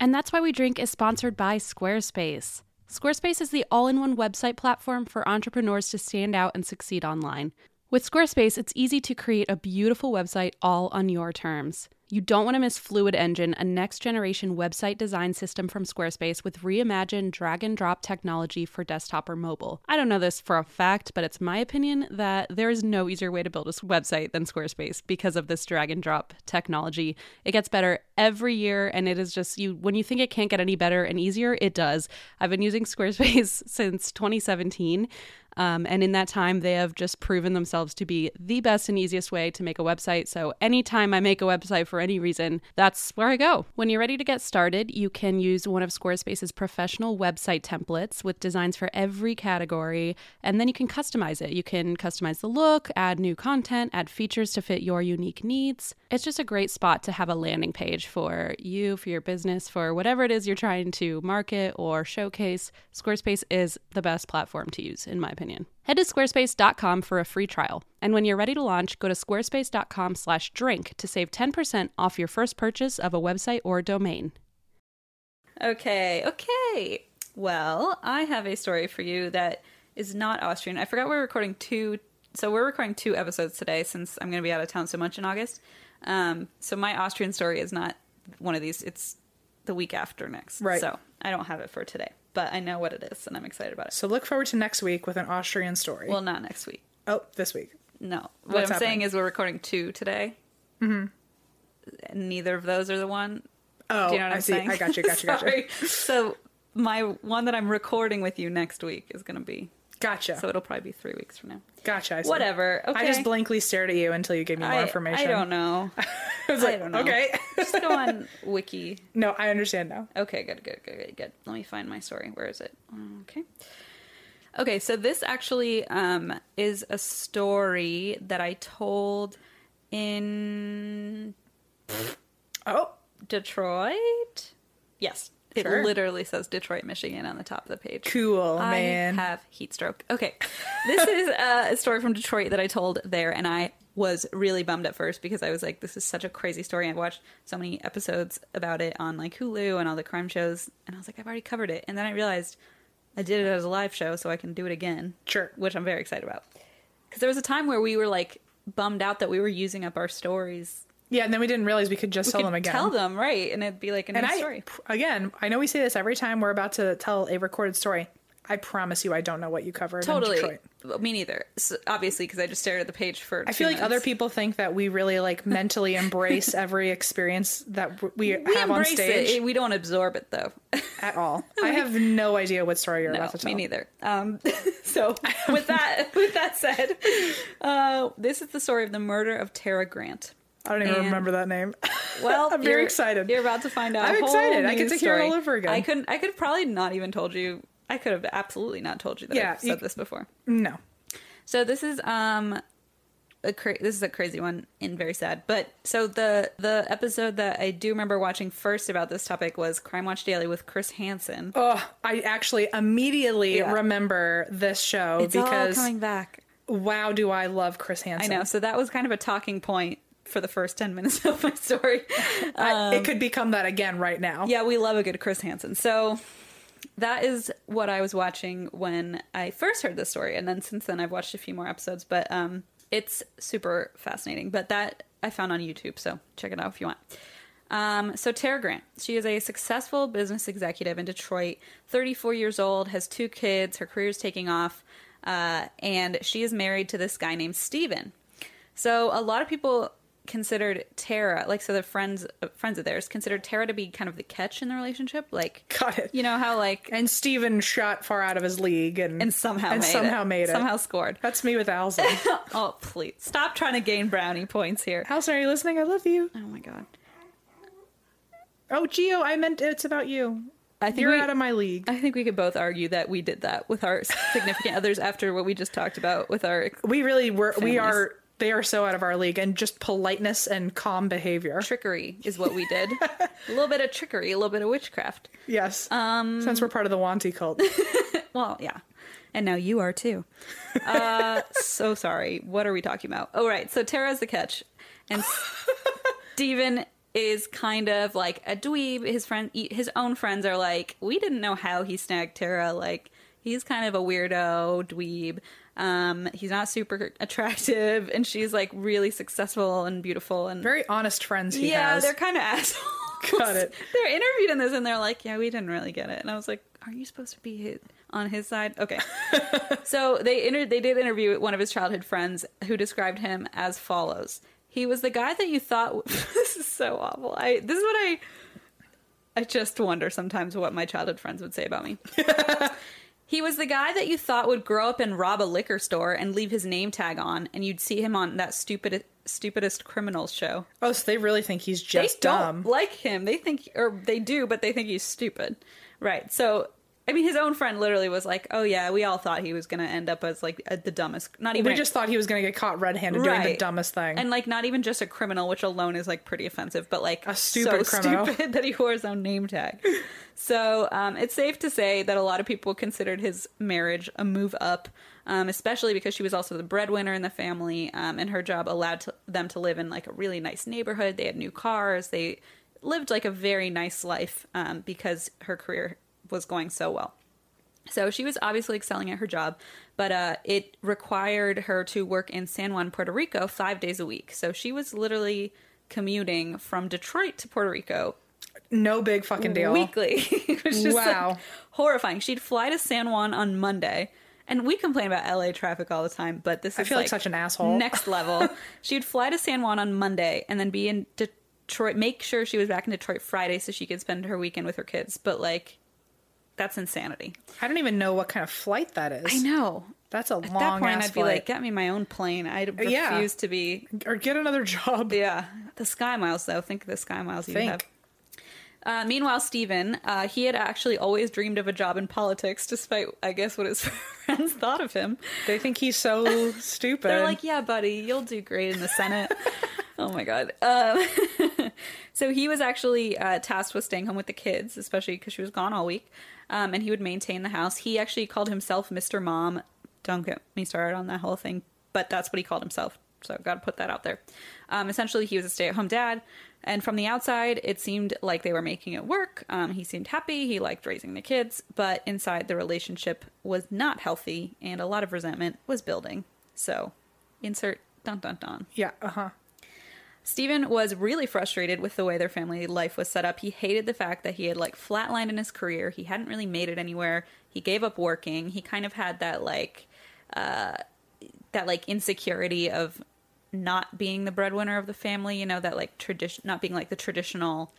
B: And that's why we drink is sponsored by Squarespace. Squarespace is the all in one website platform for entrepreneurs to stand out and succeed online. With Squarespace, it's easy to create a beautiful website all on your terms. You don't want to miss Fluid Engine, a next generation website design system from Squarespace with reimagined drag and drop technology for desktop or mobile. I don't know this for a fact, but it's my opinion that there is no easier way to build a s- website than Squarespace because of this drag and drop technology. It gets better every year and it is just you when you think it can't get any better and easier, it does. I've been using Squarespace since 2017. Um, and in that time, they have just proven themselves to be the best and easiest way to make a website. So, anytime I make a website for any reason, that's where I go. When you're ready to get started, you can use one of Squarespace's professional website templates with designs for every category, and then you can customize it. You can customize the look, add new content, add features to fit your unique needs. It's just a great spot to have a landing page for you, for your business, for whatever it is you're trying to market or showcase. Squarespace is the best platform to use, in my opinion. Head to squarespace.com for a free trial. And when you're ready to launch, go to squarespace.com slash drink to save 10% off your first purchase of a website or domain.
C: Okay, okay. Well, I have a story for you that is not Austrian. I forgot we're recording two, so we're recording two episodes today since I'm going to be out of town so much in August. Um, so my Austrian story is not one of these. It's the week after next.
A: Right.
C: So I don't have it for today, but I know what it is, and I'm excited about it.
A: So look forward to next week with an Austrian story.
C: Well, not next week.
A: oh, this week.
C: No. What
A: What's
C: I'm saying
A: happening?
C: is we're recording two today. Mm-hmm. Neither of those are the one.
A: Oh,
C: Do you know what
A: I
C: am
A: see.
C: saying?
A: I got you. Got you. Got you.
C: Sorry. So my one that I'm recording with you next week is going to be.
A: Gotcha.
C: So it'll probably be three weeks from now.
A: gotcha. I see.
C: Whatever. Okay.
A: I just blankly stared at you until you gave me more
C: I,
A: information.
C: I don't know.
A: I was like,
C: don't know.
A: Okay.
C: just go on Wiki.
A: no, I understand now.
C: Okay, good, good, good, good, good. Let me find my story. Where is it? Okay. Okay, so this actually um, is a story that I told in
A: Oh,
C: Detroit. Yes, it
A: Sure.
C: literally says Detroit, Michigan on the top of the page.
A: cool,
C: I
A: Oh, man.
C: have heat stroke. Okay. This is uh, a story from Detroit that I told there, and I was really bummed at first because I was like, this is such a crazy story. I've watched so many episodes about it on like Hulu and all the crime shows, and I was like, I've already covered it. And then I realized I did it as a live show, so I can do it again.
A: Sure.
C: Which I'm very excited about. Because there was a time where we were like bummed out that we were using up our stories.
A: yeah, and then we didn't realize we could just tell
C: Could
A: them again.
C: Tell them, right? And it'd be like a new
A: and I,
C: story.
A: p- again, I know we say this every time we're about to tell a recorded story. I promise you, I don't know what you covered. in
C: totally
A: Detroit.
C: Well, Me neither. So, obviously, because I just stared at the page for.
A: I feel like other people think that we really like mentally embrace every experience that w- we,
C: we
A: have on
C: embrace
A: stage
C: it. We don't absorb it though.
A: at all. I have no idea what story you're
C: no,
A: about to tell.
C: me neither. Um, so with that, with that said, uh, this is the story of the murder of Tara Grant.
A: I don't even
C: And-
A: remember that name.
C: Well,
A: I'm very
C: you're-
A: excited.
C: You're about to find out. a
A: I'm
C: whole
A: excited. I
C: new
A: get to hear it all
C: story.
A: over again.
C: I couldn't. I could probably not even told you. I could have absolutely not told you that
A: Yeah,
C: I said
A: you-
C: this before.
A: no.
C: So this is um a cra- this is a crazy one and very sad. But so the the episode that I do remember watching first about this topic was Crime Watch Daily with Chris Hansen.
A: Oh, I actually immediately
C: Yeah.
A: remember this show
C: it's
A: because
C: all coming back.
A: wow, do I love Chris
C: I
A: Hansen.
C: know. So that was kind of a talking point for the first 10 minutes of my story.
A: I- it could become that again right now.
C: Um, Yeah, we love a good Chris Hansen. So that is what I was watching when I first heard this story, and then since then I've watched a few more episodes. But um, it's super fascinating. But that I found on YouTube, so check it out if you want. Um, so Tara Grant, she is a successful business executive in Detroit, 34 years old, has two kids, her career is taking off, uh, and she is married to this guy named Steven. So a lot of people considered Tara, like so the friends uh, friends of theirs considered Tara to be kind of the catch in the relationship, like
A: Got it.
C: You know how like
A: And Steven shot far out of his league and,
C: and somehow
A: and
C: made
A: somehow
C: it.
A: made it.
C: somehow scored.
A: That's me with Alza.
C: oh please stop trying to gain brownie points here.
A: Alza, are you listening? I love you.
C: Oh my god.
A: Oh, Geo, I meant it's about you.
C: I think
A: You're
C: we,
A: out of my league.
C: I think we could both argue that we did that with our significant others after what we just talked about with our
A: We really were. We
C: Families.
A: are. They are so out of our league, and just politeness and calm behavior.
C: trickery is what we did. a little bit of trickery, a little bit of witchcraft.
A: Yes. Um. Since we're part of the Wanty cult,
C: Well, yeah. And now you are too. Uh, so sorry. What are we talking about? Oh, right. So Tara's the catch. And Steven is kind of like a dweeb. His friend, e, his own friends are like, we didn't know how he snagged Tara. Like, he's kind of a weirdo dweeb. Um, he's not super attractive. And she's like really successful and beautiful. And
A: very honest friends he
C: yeah,
A: has.
C: they're kind of assholes.
A: Got it.
C: They're interviewed in this, and they're like, "Yeah, we didn't really get it." And I was like, "Are you supposed to be his, on his side?" Okay. so they inter- they did interview one of his childhood friends, who described him as follows: He was the guy that you thought. this is so awful. I this is what I. I just wonder sometimes what my childhood friends would say about me. He was the guy that you thought would grow up and rob a liquor store and leave his name tag on, and you'd see him on that stupid, stupidest criminals show
A: oh, so they really think he's
C: they
A: just dumb.
C: don't like him. They think, or they do, but they think he's stupid, right? So, I mean, his own friend literally was like, "Oh yeah, we all thought he was going to end up as like a, the dumbest, not even
A: we just thought he was going to get caught red-handed doing the
C: Right.
A: dumbest thing.
C: and like not even just a criminal, which alone is like pretty offensive, but like
A: A stupid
C: so
A: criminal.
C: stupid that he wore his own name tag. so um, it's safe to say that a lot of people considered his marriage a move up, um, especially because she was also the breadwinner in the family, um, and her job allowed to, them to live in like a really nice neighborhood. They had new cars. They lived like a very nice life um, because her career was going so well. So she was obviously excelling at her job, but uh, it required her to work in San Juan, Puerto Rico, five days a week. So she was literally commuting from Detroit to Puerto Rico
A: no big fucking deal.
C: weekly, which is wow.
A: Wow.
C: horrifying. She'd fly to San Juan on Monday, and we complain about LA traffic all the time, but this
A: I
C: is
A: feel like such an asshole.
C: Next level. She'd fly to San Juan on Monday and then be in Detroit. Make sure she was back in Detroit Friday so she could spend her weekend with her kids. But like, that's insanity.
A: I don't even know what kind of flight that is.
C: I know.
A: That's a
C: At
A: long
C: that point,
A: ass
C: I'd be
A: flight. Uh,
C: like, get me my own plane. I refuse
A: Yeah.
C: to be.
A: or get another job.
C: Yeah. The Sky Miles, though. Think of the Sky Miles you
A: Think.
C: have. Uh, meanwhile, Stephen, uh, he had actually always dreamed of a job in politics, despite, I guess, what his friends thought of him.
A: They think he's so stupid.
C: They're like, yeah, buddy, you'll do great in the Senate. oh my God. Um, so he was actually uh, tasked with staying home with the kids, especially because she was gone all week. Um, and he would maintain the house. He actually called himself Mr. Mom. Don't get me started on that whole thing, but that's what he called himself. So I've got to put that out there. Um, essentially, he was a stay at home dad. And from the outside, it seemed like they were making it work. Um, he seemed happy. He liked raising the kids. But inside, the relationship was not healthy, and a lot of resentment was building. So, insert dun dun dun.
A: yeah, uh huh.
C: Steven was really frustrated with the way their family life was set up. He hated the fact that he had like flatlined in his career. He hadn't really made it anywhere. He gave up working. He kind of had that like that like insecurity of not being the breadwinner of the family, you know, that like tradition, not being like the traditional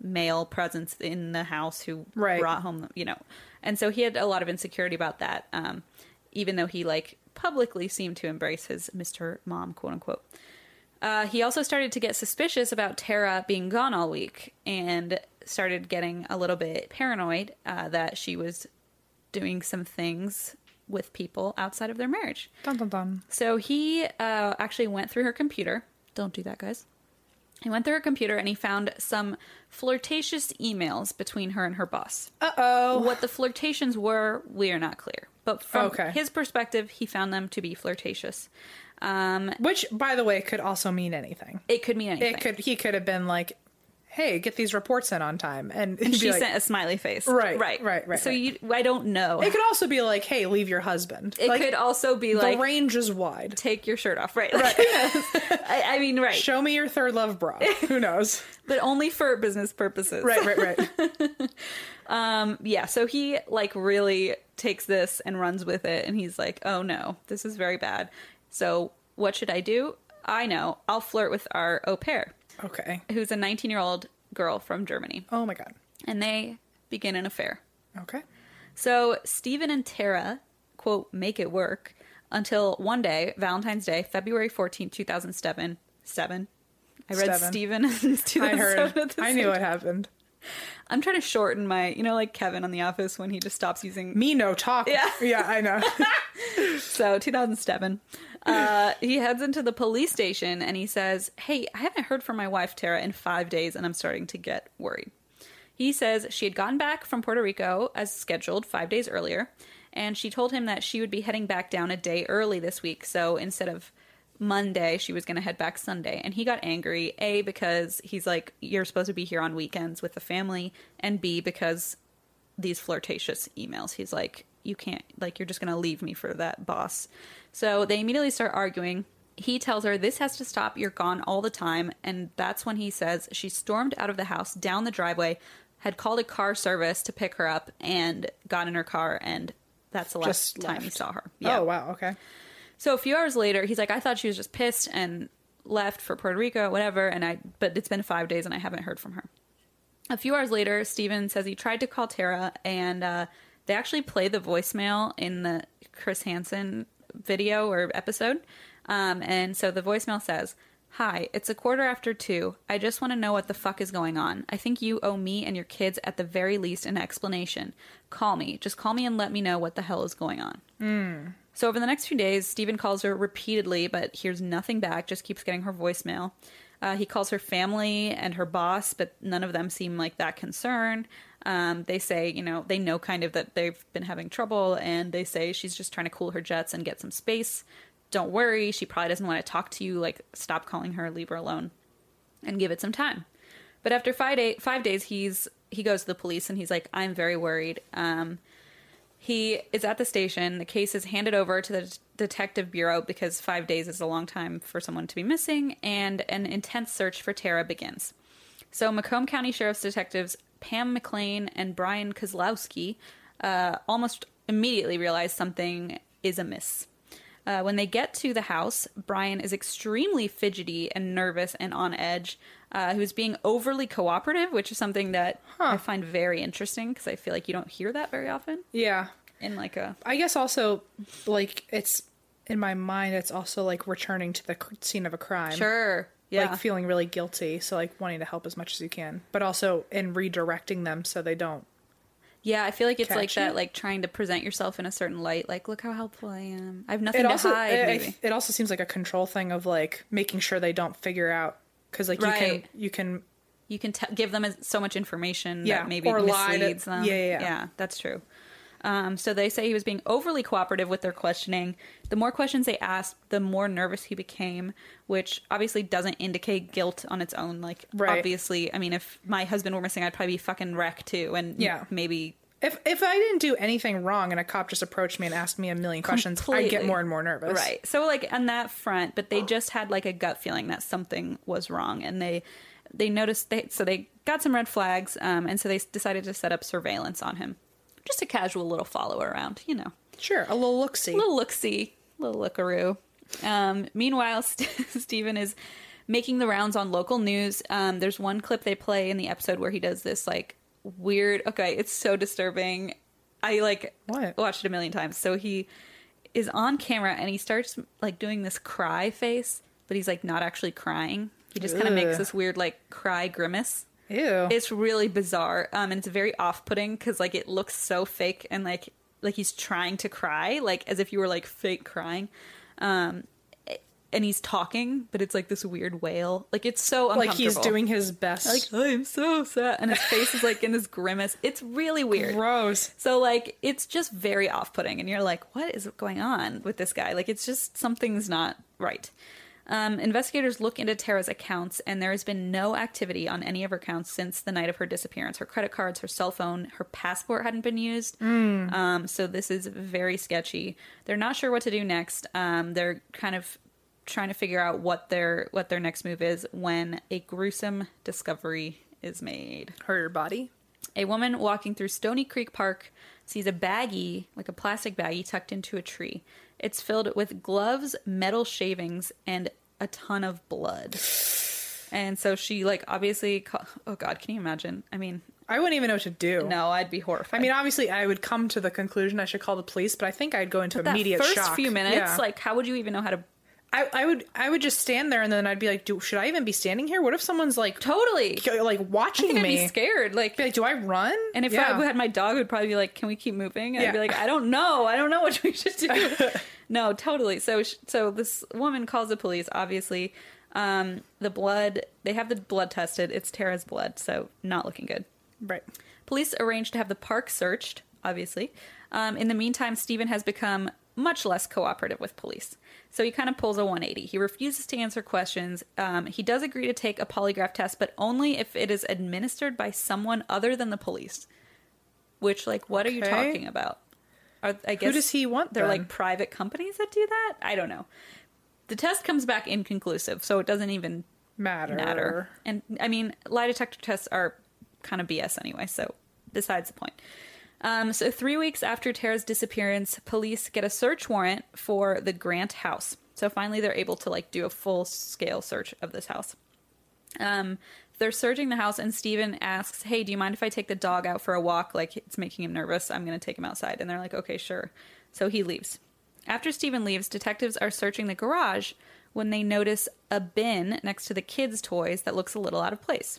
C: male presence in the house who
A: Right.
C: brought home, the- you know. And so he had a lot of insecurity about that, um, even though he like publicly seemed to embrace his Mr. Mom, quote unquote. Uh, he also started to get suspicious about Tara being gone all week and started getting a little bit paranoid uh, that she was doing some things with people outside of their marriage.
A: Dun dun dun.
C: So he uh, actually went through her computer. Don't do that, guys. He went through her computer and he found some flirtatious emails between her and her boss.
A: Uh oh.
C: What the flirtations were, we are not clear. But from
A: Okay.
C: his perspective, he found them to be flirtatious. Um,
A: Which, by the way, could also mean anything.
C: it could mean anything.
A: It could. He could have been like, "Hey, get these reports in on time," and, he'd be
C: she
A: like-
C: sent a smiley face.
A: Right,
C: right,
A: right, right,
C: So
A: right.
C: you, I don't know.
A: It could also be like, "Hey, leave your husband."
C: It
A: like,
C: could also be
A: the
C: like
A: range is wide.
C: take your shirt off. Right. right. I, I mean, right.
A: Show me your third love bra. Who knows?
C: But only for business purposes.
A: right, right, right.
C: yeah so he like really takes this and runs with it and he's like oh no this is very bad so what should i do i know i'll flirt with our au pair
A: Okay.
C: who's a 19 year old girl from germany
A: Oh my god.
C: and they begin an affair
A: Okay.
C: so Stephen and Tara, quote, make it work until one day, Valentine's Day, February 14, 2007. Seven. I read
A: Seven.
C: Stephen in 2007.
A: I
C: at
A: heard.
C: the
A: I
C: same
A: knew it happened.
C: I'm trying to shorten my, you know, like Kevin on The Office when he just stops using
A: Me no talk.
C: Yeah.
A: yeah, I know.
C: So 2007. Uh, he heads into the police station and he says, Hey, I haven't heard from my wife, Tara, in five days, and I'm starting to get worried. He says she had gone back from Puerto Rico as scheduled five days earlier, and she told him that she would be heading back down a day early this week. So instead of Monday, she was going to head back Sunday. And he got angry, A, because he's like, You're supposed to be here on weekends with the family, and B, because these flirtatious emails. He's like, you can't, like, you're just going to leave me for that boss. So they immediately start arguing. He tells her, This has to stop. You're gone all the time. And that's when he says she stormed out of the house down the driveway, had called a car service to pick her up, and got in her car. And that's the last
A: Just
C: time he
A: left.
C: saw her.
A: Oh wow. Okay.
C: So a few hours later, he's like, I thought she was just pissed and left for Puerto Rico, whatever. And I, but it's been five days and I haven't heard from her. A few hours later, Steven says he tried to call Tara and uh, they actually play the voicemail in the Chris Hansen video or episode. Um, and so the voicemail says, Hi, it's a quarter after two. I just want to know what the fuck is going on. I think you owe me and your kids at the very least an explanation. Call me. Just call me and let me know what the hell is going on. So over the next few days, Steven calls her repeatedly, but hears nothing back, just keeps getting her voicemail. Uh, he calls her family and her boss, but none of them seem like that concerned. Um, they say, you know, they know kind of that they've been having trouble, and they say she's just trying to cool her jets and get some space. Don't worry, she probably doesn't want to talk to you. Like, stop calling her, leave her alone and give it some time. But after five, day, five days, he's he goes to the police and he's like, "I'm very worried." Um, he is at the station. The case is handed over to the d- detective bureau because five days is a long time for someone to be missing, and an intense search for Tara begins. So Macomb County Sheriff's detectives Pam McLean and Brian Kozlowski uh, almost immediately realize something is amiss. Uh, when they get to the house, Brian is extremely fidgety and nervous and on edge. Uh, he was being overly cooperative, which is something that I find very interesting because I feel like you don't hear that very often
A: Yeah.
C: in like a
A: I guess also like it's in my mind. It's also like returning to the cr- scene of a crime.
C: sure yeah
A: Like feeling really guilty, so like wanting to help as much as you can, but also in redirecting them so they don't.
C: yeah i feel like it's like
A: Catchy.
C: that like trying to present yourself in a certain light like look how helpful i am i have nothing
A: It
C: to
A: also
C: hide
A: it,
C: maybe.
A: it- it also seems like a control thing of like making sure they don't figure out because like you
C: Right.
A: can you can
C: you can t- give them as- so much information
A: Yeah,
C: that maybe
A: or lie to-
C: misleads them
A: Yeah, yeah, yeah.
C: that's true um, so they say he was being overly cooperative with their questioning the more questions they asked the more nervous he became which obviously doesn't indicate guilt on its own like
A: Right.
C: obviously i mean if my husband were missing i'd probably be fucking wrecked too and
A: Yeah.
C: maybe
A: if if I didn't do anything wrong and a cop just approached me and asked me a million questions, I'd get
C: Completely.
A: more and more nervous.
C: Right. So like on that front, but they just had like a gut feeling that something was wrong, and they they noticed they so they got some red flags, um, and so they s- decided to set up surveillance on him, just a casual little follow around, you know.
A: Sure, a little look see.
C: little look see, little lookaroo. Um, meanwhile, St- Stephen is making the rounds on local news. Um, there's one clip they play in the episode where he does this like weird. Okay, it's so disturbing. I like
A: What?
C: watched it a million times. So he is on camera and he starts like doing this cry face, but he's like not actually crying. He just kind of makes
A: Ugh.
C: this weird like cry grimace.
A: Ew.
C: It's really bizarre. Um, and it's very off-putting because like it looks so fake and like like he's trying to cry, like as if you were like fake crying. Um, a- and he's talking, but it's like this weird wail. Like it's so
A: like
C: uncomfortable.
A: he's doing his best.
C: like I'm so sad, and his face is like in this grimace. It's really weird.
A: Gross.
C: So like it's just very off-putting and you're like what is going on with this guy? Like it's just something's not right. Um, investigators look into Tara's accounts, and there has been no activity on any of her accounts since the night of her disappearance. Her credit cards, her cell phone, her passport hadn't been used. Um, so this is very sketchy. They're not sure what to do next. Um, they're kind of trying to figure out what their what their next move is when a gruesome discovery is made.
A: Her body.
C: A woman walking through Stony Creek Park sees a baggie, like a plastic baggie, tucked into a tree. It's filled with gloves, metal shavings, and a ton of blood. And so she, like, obviously, ca- oh God, can you imagine? I mean,
A: I wouldn't even know what to do.
C: no, I'd be horrified.
A: I mean, obviously, I would come to the conclusion I should call the police, but I think I'd go into
C: that
A: immediate
C: first
A: shock.
C: few minutes,
A: Yeah.
C: like, how would you even know how to?
A: I, I would, I would just stand there, and then I'd be like, do, "Should I even be standing here? What if someone's like,
C: Totally, I
A: like watching
C: think I'd
A: me?
C: be scared. Like,
A: Be like, do I run?
C: and if
A: Yeah.
C: I had my dog, would probably be like, "Can we keep moving?" And I'd be
A: Yeah.
C: like, "I don't know. I don't know what we should do." no, totally. So, sh- so this woman calls the police. Obviously, um, the blood. They have the blood tested. It's Tara's blood, so not looking good.
A: right,
C: Police arrange to have the park searched, obviously. Um, in the meantime, Stephen has become much less cooperative with police. So he kind of pulls a 180. He refuses to answer questions. Um, he does agree to take a polygraph test, but only if it is administered by someone other than the police. Which, like, what are you
A: Okay.
C: talking about? Are, I guess
A: does he want,
C: They're
A: then?
C: like private companies that do that. I don't know. The test comes back inconclusive, so it doesn't even
A: matter.
C: matter. And I mean, lie detector tests are kind of BS anyway, so besides the point. Um, so, three weeks after Tara's disappearance, police get a search warrant for the Grant house. So, finally, they're able to like do a full scale search of this house. Um, they're searching the house, and Steven asks, Hey, do you mind if I take the dog out for a walk? Like, it's making him nervous. I'm going to take him outside. And they're like, Okay, sure. So he leaves. After Steven leaves, detectives are searching the garage when they notice a bin next to the kids' toys that looks a little out of place.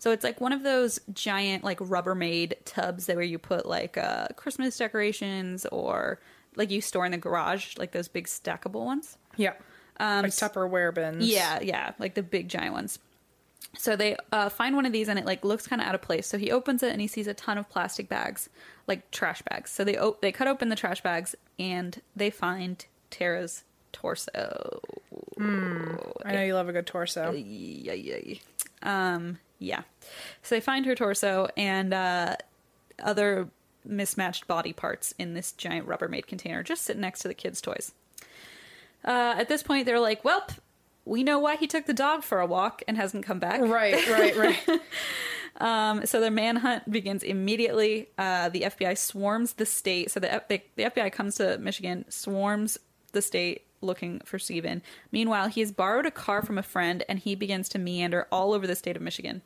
C: So it's like one of those giant, like, Rubbermaid tubs that where you put, like, uh, Christmas decorations or, like, you store in the garage, like those big stackable ones.
A: Yeah, um, like Tupperware bins.
C: Yeah, yeah, like the big giant ones. So they uh, find one of these and it like looks kind of out of place. So he opens it and he sees a ton of plastic bags, like trash bags. So they o- they cut open the trash bags and they find Tara's torso.
A: I know you love a good
C: Uh,
A: torso.
C: Yay, yay. Um, yeah. So they find her torso and uh, other mismatched body parts in this giant Rubbermaid container just sitting next to the kids' toys. Uh, at this point, they're like, "Welp, we know why he took the dog for a walk and hasn't come back."
A: Right, right, right.
C: Um, so their manhunt begins immediately. Uh, the FBI swarms the state. So the, F- the, the FBI comes to Michigan, swarms the state looking for Steven. Meanwhile, he has borrowed a car from a friend and he begins to meander all over the state of Michigan.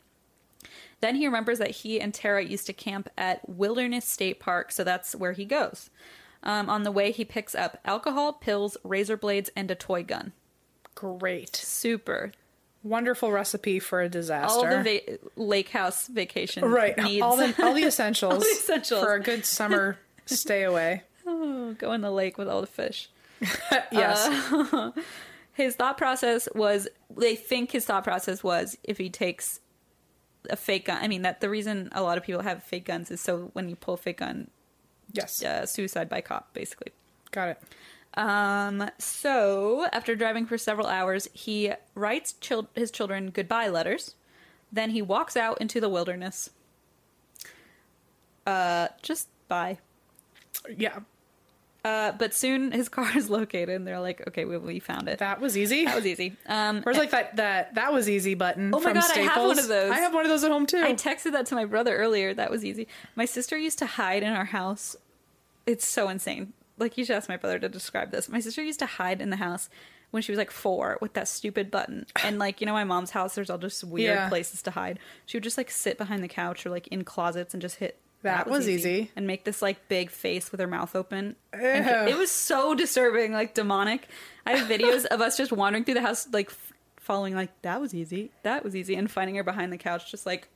C: Then he remembers that he and Tara used to camp at Wilderness State Park, so that's where he goes. Um, on the way, he picks up alcohol, pills, razor blades, and a toy gun.
A: Great,
C: Super.
A: wonderful recipe for a disaster.
C: All the va- lake house vacation
A: right,
C: needs.
A: all the all the essentials,
C: All the essentials.
A: for a good summer stay away.
C: Oh, go in the lake with all the fish. Uh,
A: Yes,
C: His thought process was they think his thought process was if he takes a fake gun. I mean, that the reason a lot of people have fake guns is so when you pull a fake gun,
A: yes,
C: uh, suicide by cop, basically.
A: got it.
C: Um, so after driving for several hours, he writes chil- his children goodbye letters. Then he walks out into the wilderness. Uh, just bye.
A: Yeah,
C: Uh, but soon his car is located, and they're like, "Okay, we, we found it. That,
A: that was easy.
C: was easy." Um,
A: Where's like that that that was easy button?
C: Oh my
A: from
C: God, I have one
A: Staples?
C: of those.
A: I have one of those at home too.
C: I texted that to my brother earlier. That was easy. My sister used to hide in our house. It's so insane. like you should ask my brother to describe this. My sister used to hide in the house when she was like four with that stupid button. And like, you know, my mom's house, there's all just weird
A: Yeah.
C: places to hide. She would just like sit behind the couch or like in closets and just hit
A: That was easy.
C: And make this like big face with her mouth open. And it was so disturbing, like demonic. I have videos of us just wandering through the house, like f- following, like, that was easy. That was easy. And finding her behind the couch, just like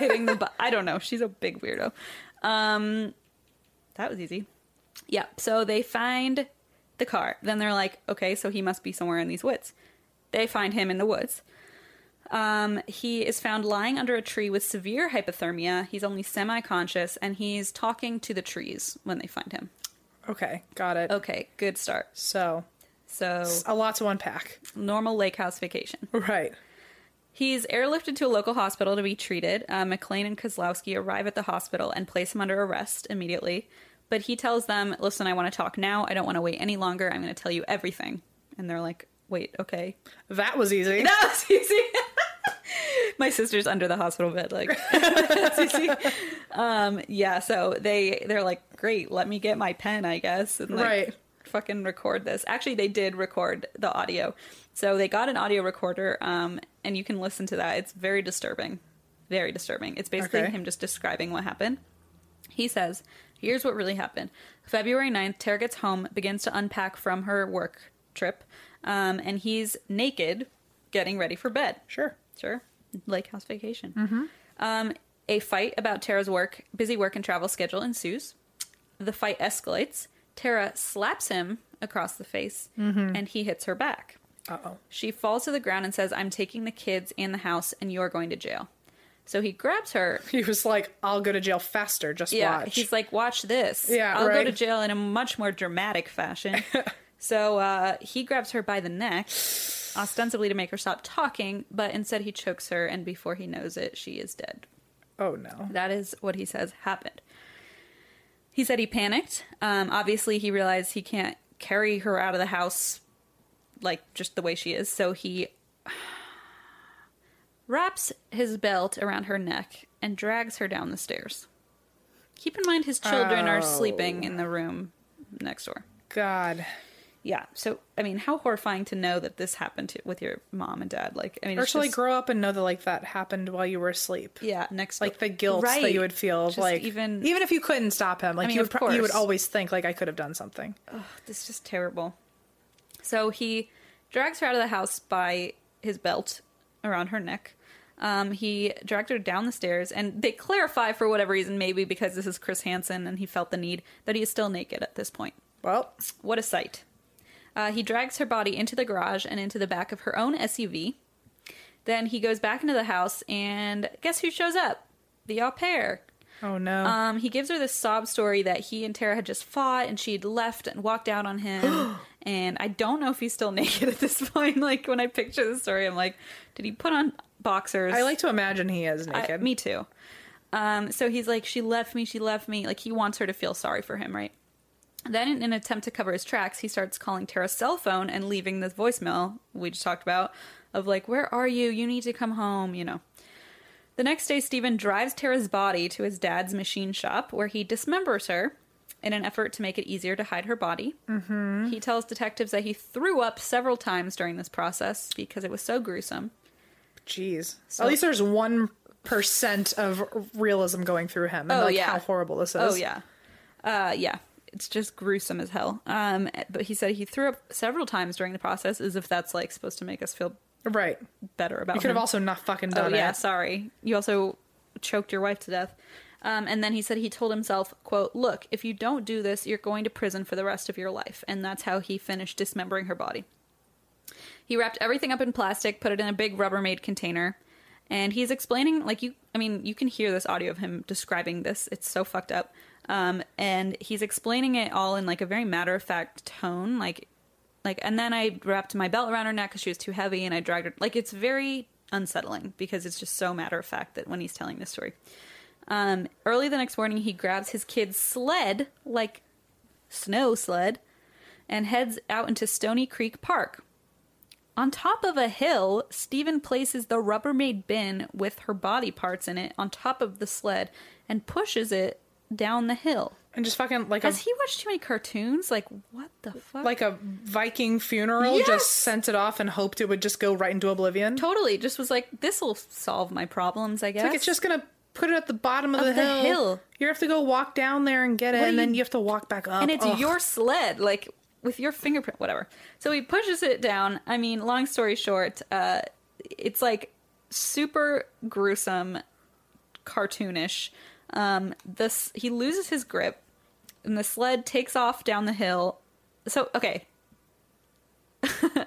C: hitting the bu- I don't know. She's a big weirdo. Um, that was easy. Yeah. So they find the car. Then they're like, okay, so he must be somewhere in these woods. They find him in the woods. Um, he is found lying under a tree with severe hypothermia. He's only semi conscious and he's talking to the trees when they find him.
A: Okay, got it.
C: Okay, good start.
A: So,
C: So,
A: a lot to unpack.
C: normal lake house vacation.
A: Right.
C: He's airlifted to a local hospital to be treated. Uh, McLean and Kozlowski arrive at the hospital and place him under arrest immediately. But he tells them, Listen, I want to talk now. I don't want to wait any longer. I'm going to tell you everything. And they're like, Wait, okay.
A: That was easy.
C: That was easy. My sister's under the hospital bed, like, that's easy. Um, yeah. So they they're like, great, let me get my pen, I guess, and like,
A: Right.
C: fucking record this. Actually, they did record the audio, so they got an audio recorder, um, and you can listen to that. It's very disturbing, very disturbing. It's basically
A: Okay.
C: him just describing what happened. He says, Here's what really happened. February 9th, Tara gets home, begins to unpack from her work trip, um, and he's naked, getting ready for bed.
A: Sure.
C: Sure. Lake house vacation. Mm-hmm. Um, a fight about Tara's work, busy work, and travel schedule ensues. The fight escalates. Tara slaps him across the face, and he hits her back.
A: Uh oh.
C: She falls to the ground and says, I'm taking the kids and the house, and you're going to jail. So he grabs her
A: He was like, I'll go to jail faster. Just
C: yeah,
A: watch.
C: he's like, watch this.
A: Yeah,
C: I'll go
A: right.
C: to jail in a much more dramatic fashion. so uh, he grabs her by the neck, ostensibly to make her stop talking, but instead he chokes her, and before he knows it, she is dead.
A: oh no.
C: That is what he says happened. He said he panicked. Um, obviously, he realized he can't carry her out of the house, like just the way she is. So he wraps his belt around her neck and drags her down the stairs. Keep in mind his children
A: Oh.
C: are sleeping in the room next door.
A: God.
C: Yeah. So, I mean, how horrifying to know that this happened to, with your mom and dad. Like, I mean, it's
A: Or to like
C: just-
A: grow up and know that like that happened while you were asleep.
C: yeah, next
A: Like the guilt that you would feel of
C: Just
A: like
C: even
A: even if you couldn't stop him, like
C: mean,
A: you
C: of
A: would pro- you would
C: course.
A: always think like I could have done something.
C: This is just terrible. So he drags her out of the house by his belt around her neck. Um, he dragged her down the stairs, and they clarify for whatever reason, maybe because this is Chris Hansen and he felt the need, that he is still naked at this point.
A: Well,
C: What a sight. Uh, he drags her body into the garage and into the back of her own SUV. Then he goes back into the house, and guess who shows up? The au pair.
A: oh no.
C: Um, he gives her this sob story that he and Tara had just fought, and she'd left and walked out on him. and I don't know if he's still naked at this point. Like when I picture the story, I'm like, did he put on boxers?
A: I like to imagine he is
C: I-
A: naked.
C: me too. Um, so he's like, she left me, she left me. Like he wants her to feel sorry for him, right? Then, in an attempt to cover his tracks, he starts calling Tara's cell phone and leaving this voicemail we just talked about of like, where are you? You need to come home, you know. The next day, Stephen drives Tara's body to his dad's machine shop where he dismembers her in an effort to make it easier to hide her body. Mm-hmm. He tells detectives that he threw up several times during this process because it was so gruesome.
A: Jeez. At least there's one percent of realism going through him, and
C: Oh,
A: like
C: yeah.
A: how horrible this is.
C: Oh yeah, uh, yeah. It's just gruesome as hell. Um, but he said he threw up several times during the process, as if that's like supposed to make us feel
A: Right.
C: better about.
A: You could have
C: him.
A: also not fucking
C: Oh
A: done
C: yeah,
A: it.
C: sorry. You also choked your wife to death. Um, and then he said he told himself, "quote Look, if you don't do this, you're going to prison for the rest of your life." And that's how he finished dismembering her body. He wrapped everything up in plastic, put it in a big Rubbermaid container, and he's explaining like you. I mean, you can hear this audio of him describing this. It's so fucked up. Um, and he's explaining it all in like a very matter of fact tone, like, like. And then I wrapped my belt around her neck because she was too heavy, and I dragged her. Like, it's very unsettling because it's just so matter of fact that when he's telling this story. Um, early the next morning, he grabs his kid's sled, like snow sled, and heads out into Stony Creek Park. On top of a hill, Stephen places the Rubbermaid bin with her body parts in it on top of the sled and pushes it down the hill.
A: and just fucking like a
C: Has he watched too many cartoons? Like, what the fuck?
A: like a Viking funeral,
C: Yes!
A: just sent it off and hoped it would just go right into oblivion.
C: totally just was like, this will solve my problems, I guess.
A: Like it's just gonna put it at the bottom of,
C: Of
A: the,
C: the
A: hill.
C: hill.
A: You have to go walk down there and get it,
C: What
A: and
C: do you-
A: then you have to walk back up.
C: and it's
A: Ugh.
C: your sled, like with your fingerprint, whatever. So he pushes it down. I mean, long story short, uh, it's like super gruesome, cartoonish. Um, this he loses his grip, and the sled takes off down the hill. So okay,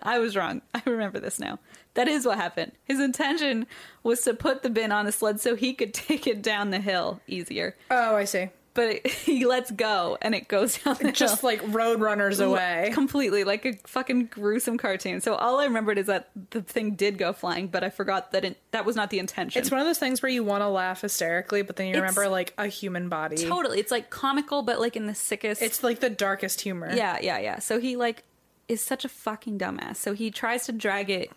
C: I was wrong. I remember this now. That is what happened. His intention was to put the bin on the sled so he could take it down the hill easier.
A: Oh, I see.
C: But it, he lets go and it goes down the hill
A: Just like road runners away.
C: completely like a fucking gruesome cartoon so all i remembered is that the thing did go flying but i forgot that it, that was not the intention
A: It's one of those things where you want to laugh hysterically, but then you
C: It's-
A: remember like a human body.
C: totally it's like comical but like in the sickest
A: It's like the darkest humor.
C: yeah yeah yeah so he like is such a fucking dumbass so he tries to drag it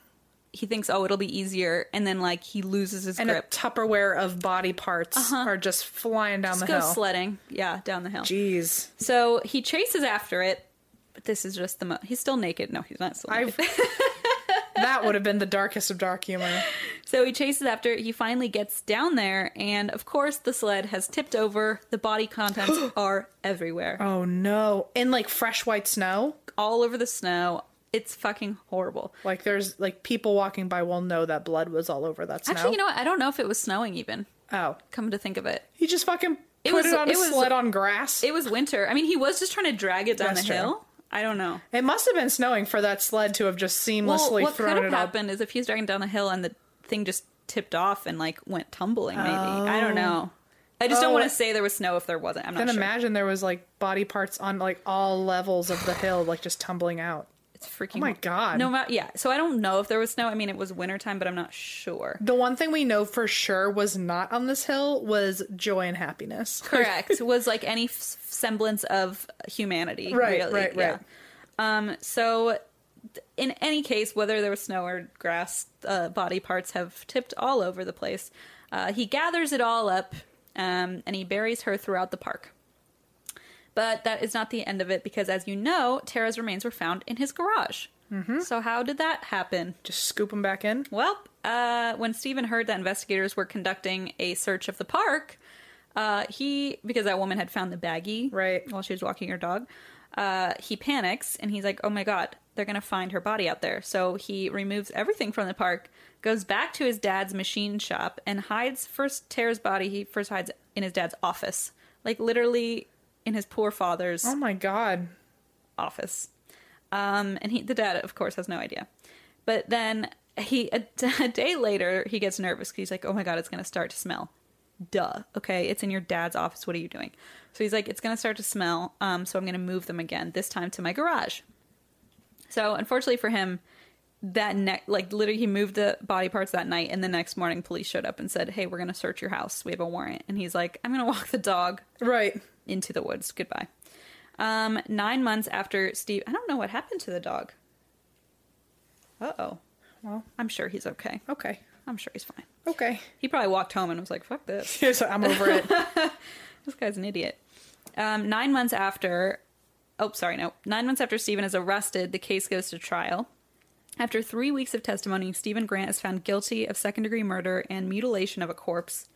C: he thinks oh it'll be easier and then like he loses his
A: And a
C: grip Uh-huh.
A: Tupperware of body parts are just flying down
C: just
A: the
C: goes
A: hill.
C: sledding yeah down the hill
A: Jeez.
C: so he chases after it but this is just the mo- he's still naked no he's not still naked.
A: I've that would have been the darkest of dark humor.
C: So he chases after it. He finally gets down there, and of course, the sled has tipped over. The body contents are everywhere,
A: Oh no. In like fresh white snow.
C: all over the snow. It's fucking horrible.
A: Like there's like people walking by will know that blood was all over that snow.
C: Actually, you know what? I don't know if it was snowing even.
A: oh.
C: Come to think of it,
A: He just fucking
C: It
A: put
C: was-
A: it on a
C: it was-
A: sled on grass. It,
C: it was winter. I mean, he was just trying to drag it down
A: That's
C: the
A: true.
C: hill. I don't know.
A: must have been snowing for that sled to have just
C: Well,
A: seamlessly
C: what could
A: thrown
C: have
A: it up.
C: happened is if he was dragging down the hill and the thing just tipped off and like went tumbling. Maybe I don't know. I just don't
A: Oh.
C: want to say there was snow if there wasn't. I'm not
A: Then
C: sure.
A: imagine there was like body parts on like all levels of the hill, like just tumbling out.
C: It's freaking.
A: Oh my God.
C: No, ma- yeah. So I don't know if there was snow. I mean, it was wintertime, but I'm not sure.
A: The one thing we know for sure was not on this hill was joy and happiness.
C: Correct. was like any f- semblance of humanity.
A: Right,
C: Really.
A: right,
C: yeah.
A: right.
C: Um. So, th- in any case, whether there was snow or grass, uh, body parts have tipped all over the place. Uh, he gathers it all up, um, and he buries her throughout the park. But that is not the end of it because, as you know, Tara's remains were found in his garage.
A: Mm-hmm.
C: So, how did that happen?
A: Just scoop them back in.
C: Well, uh, when Stephen heard that investigators were conducting a search of the park, uh, he because that woman had found the baggie
A: Right.
C: while she was walking her dog, uh, he panics and he's like, "Oh my god, they're gonna find her body out there!" So he removes everything from the park, goes back to his dad's machine shop, and hides first Tara's body. He first hides in his dad's office, like literally in his poor father's
A: Oh my god.
C: office. Um, and he, the dad, of course, has no idea. But then he, a, a day later, he gets nervous 'cause he's like, "Oh my god, it's gonna start to smell." Duh. Okay, it's in your dad's office. What are you doing? So he's like, "It's gonna start to smell." Um, so I'm gonna move them again. This time to my garage. So unfortunately for him, that ne- like literally he moved the body parts that night, and the next morning police showed up and said, "Hey, we're gonna search your house. We have a warrant." And he's like, "I'm gonna walk the dog
A: Right.
C: into the woods. Goodbye. Um, nine months after Steve, I don't know what happened to the dog. Uh oh.
A: Well.
C: I'm sure he's okay.
A: Okay.
C: I'm sure he's fine.
A: Okay.
C: He probably walked home and was like, "Fuck this.
A: So I'm over it.
C: This guy's an idiot." Um, nine months after, oh sorry, no, nine months after Stephen is arrested, the case goes to trial. After three weeks of testimony, Stephen Grant is found guilty of second degree murder and mutilation of a corpse.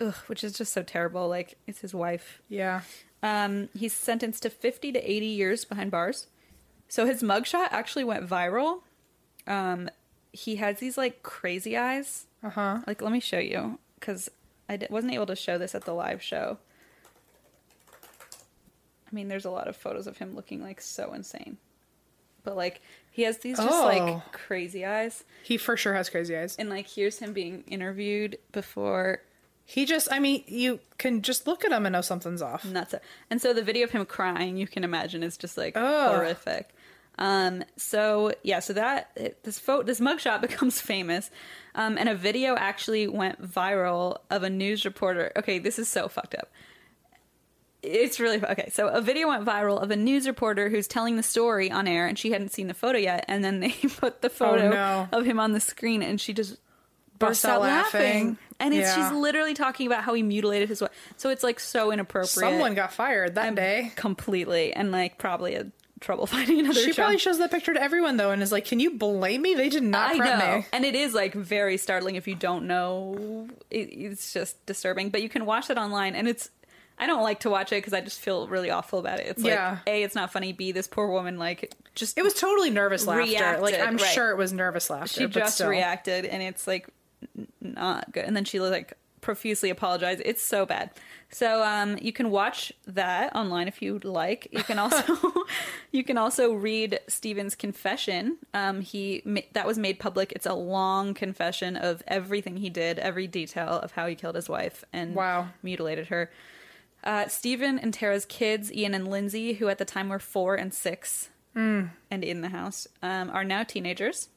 C: Ugh, which is just so terrible. Like it's his wife.
A: Yeah.
C: Um, he's sentenced to 50 to 80 years behind bars. So his mugshot actually went viral. Um, he has these like crazy eyes.
A: Uh huh.
C: Like, let me show you because I d- wasn't able to show this at the live show. I mean, there's a lot of photos of him looking like so insane, but like he has these just
A: Oh.
C: like crazy eyes,
A: He for sure has crazy eyes.
C: and like here's him being interviewed before
A: He just, I mean, you can just look at him and know something's off.
C: nuts. And so the video of him crying, you can imagine, is just like
A: Ugh.
C: horrific. Um, so yeah, so that it- this photo, this mugshot becomes famous, um, and a video actually went viral of a news reporter. Okay, this is so fucked up. It's really okay. So a video went viral of a news reporter who's telling the story on air, and she hadn't seen the photo yet. And then they put the photo
A: Oh, no.
C: of him on the screen, and she just bursts out laughing. And it's
A: Yeah.
C: she's literally talking about how he mutilated his wife. So it's like so inappropriate. Um,
A: Someone got fired that day.
C: completely and like probably a trouble finding another
A: She
C: job.
A: probably shows that picture to everyone though, and is like, "Can you blame me? They did not
C: I
A: prep
C: know.
A: me."
C: And it is like very startling if you don't know. It, it's just disturbing. But you can watch it online and it's. I don't like to watch it because I just feel really awful about it. It's
A: Yeah.
C: like A, it's not funny. B, this poor woman, like, just.
A: It was totally nervous laughter. like
C: Reacted,
A: I'm
C: right.
A: sure it was nervous laughter.
C: she
A: but
C: just
A: still.
C: reacted and it's like n- not good and then she like profusely apologized it's so bad so um you can watch that online if you like you can also you can also read steven's confession um he ma- that was made public it's a long confession of everything he did every detail of how he killed his wife and
A: Wow.
C: mutilated her uh stephen and tara's kids ian and lindsay who at the time were four and six and in the house um, are now teenagers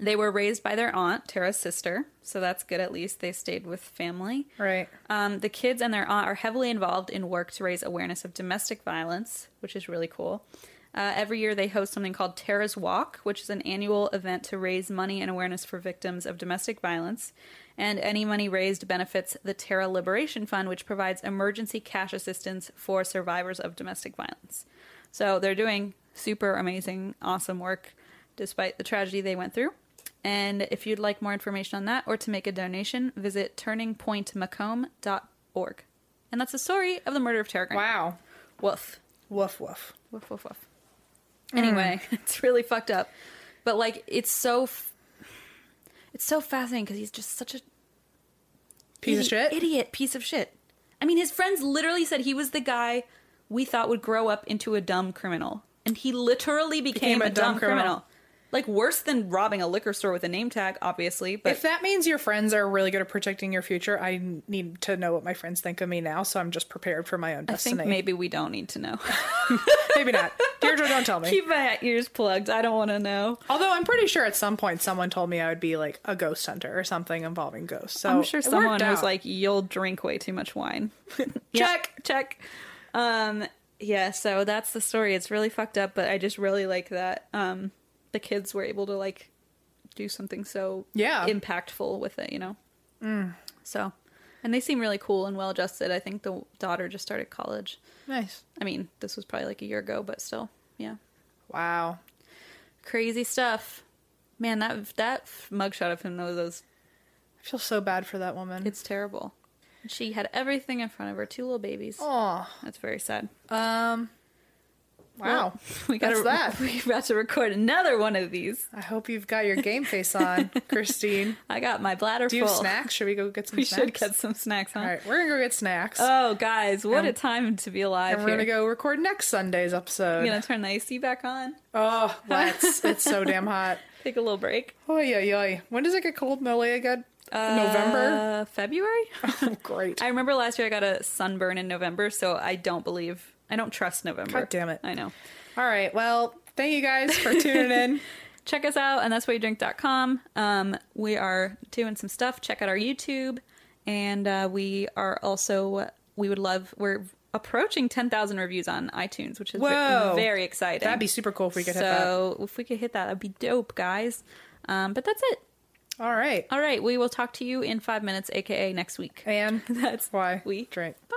C: they were raised by their aunt, Tara's sister, so that's good at least. They stayed with family.
A: Right.
C: Um, the kids and their aunt are heavily involved in work to raise awareness of domestic violence, which is really cool. Uh, every year they host something called Tara's Walk, which is an annual event to raise money and awareness for victims of domestic violence. And any money raised benefits the Tara Liberation Fund, which provides emergency cash assistance for survivors of domestic violence. So they're doing super amazing, awesome work despite the tragedy they went through. And if you'd like more information on that or to make a donation, visit turningpointmacomb.org. And that's the story of the murder of Tara Grant.
A: Wow.
C: Woof.
A: Woof woof.
C: Woof, woof, woof. Anyway, it's really fucked up. But, like, it's so... F- it's so fascinating because he's just such a
A: Piece of
C: idiot-
A: shit.
C: Idiot piece of shit. I mean, his friends literally said he was the guy we thought would grow up into a dumb criminal. And he literally became, a, dumb, criminal. Like, worse than robbing a liquor store with a name tag, obviously. But
A: If that means your friends are really good at protecting your future, I n- need to know what my friends think of me now, so I'm just prepared for my own
C: I
A: destiny.
C: think maybe we don't need to know.
A: Maybe not. Deirdre, don't tell me.
C: Keep my ears plugged. I don't want to know.
A: Although I'm pretty sure at some point someone told me I would be like a ghost hunter or something involving ghosts. So
C: I'm sure
A: it worked
C: someone was
A: out.
C: like, "You'll drink way too much wine." check, check. Um, yeah. So that's the story. It's really fucked up, but I just really like that um, the kids were able to like do something so
A: Yeah.
C: impactful with it. You know. Mm. So, and they seem really cool and well adjusted. I think the daughter just started college.
A: nice.
C: I mean, this was probably like a year ago, but still, yeah,
A: Wow.
C: crazy stuff. Man, that that mugshot of him though, those
A: I feel so bad for that woman.
C: It's terrible. She had everything in front of her, two little babies.
A: oh.
C: That's very sad.
A: Um Wow.
C: Well, we got to
A: That's that.
C: we got to record another one of these.
A: I hope you've got your game face on, Christine.
C: I got my bladder
A: Do you
C: full.
A: have snacks? Should we go get some
C: We
A: snacks?
C: should get some snacks, huh?
A: All right, we're gonna go get snacks.
C: Oh, guys, what a
A: Um,
C: time to be alive!
A: and we're gonna
C: here.
A: go record next Sunday's
C: I'm
A: episode.
C: gonna turn the AC back on.
A: Oh, let's. it's so damn hot.
C: Take a little break.
A: Oh, yeah, yeah. When does it get cold in LA again? November?
C: Uh, February.
A: Oh, great.
C: I remember last year I got a sunburn in November, so I don't believe I don't trust November.
A: God damn it.
C: I know.
A: All right, well, thank you guys for tuning in.
C: check us out and that's why you drink.com um, we are doing some stuff check out our youtube and uh, we are also we would love we're approaching 10000 reviews on itunes which is ve-
A: Whoa.
C: very exciting
A: That'd be super cool if we could hit that.
C: so if we could hit that that'd be dope guys um, but that's it
A: All right.
C: all right we will talk to you in five minutes aka next week
A: And
C: that's
A: why
C: we
A: drink.
C: bye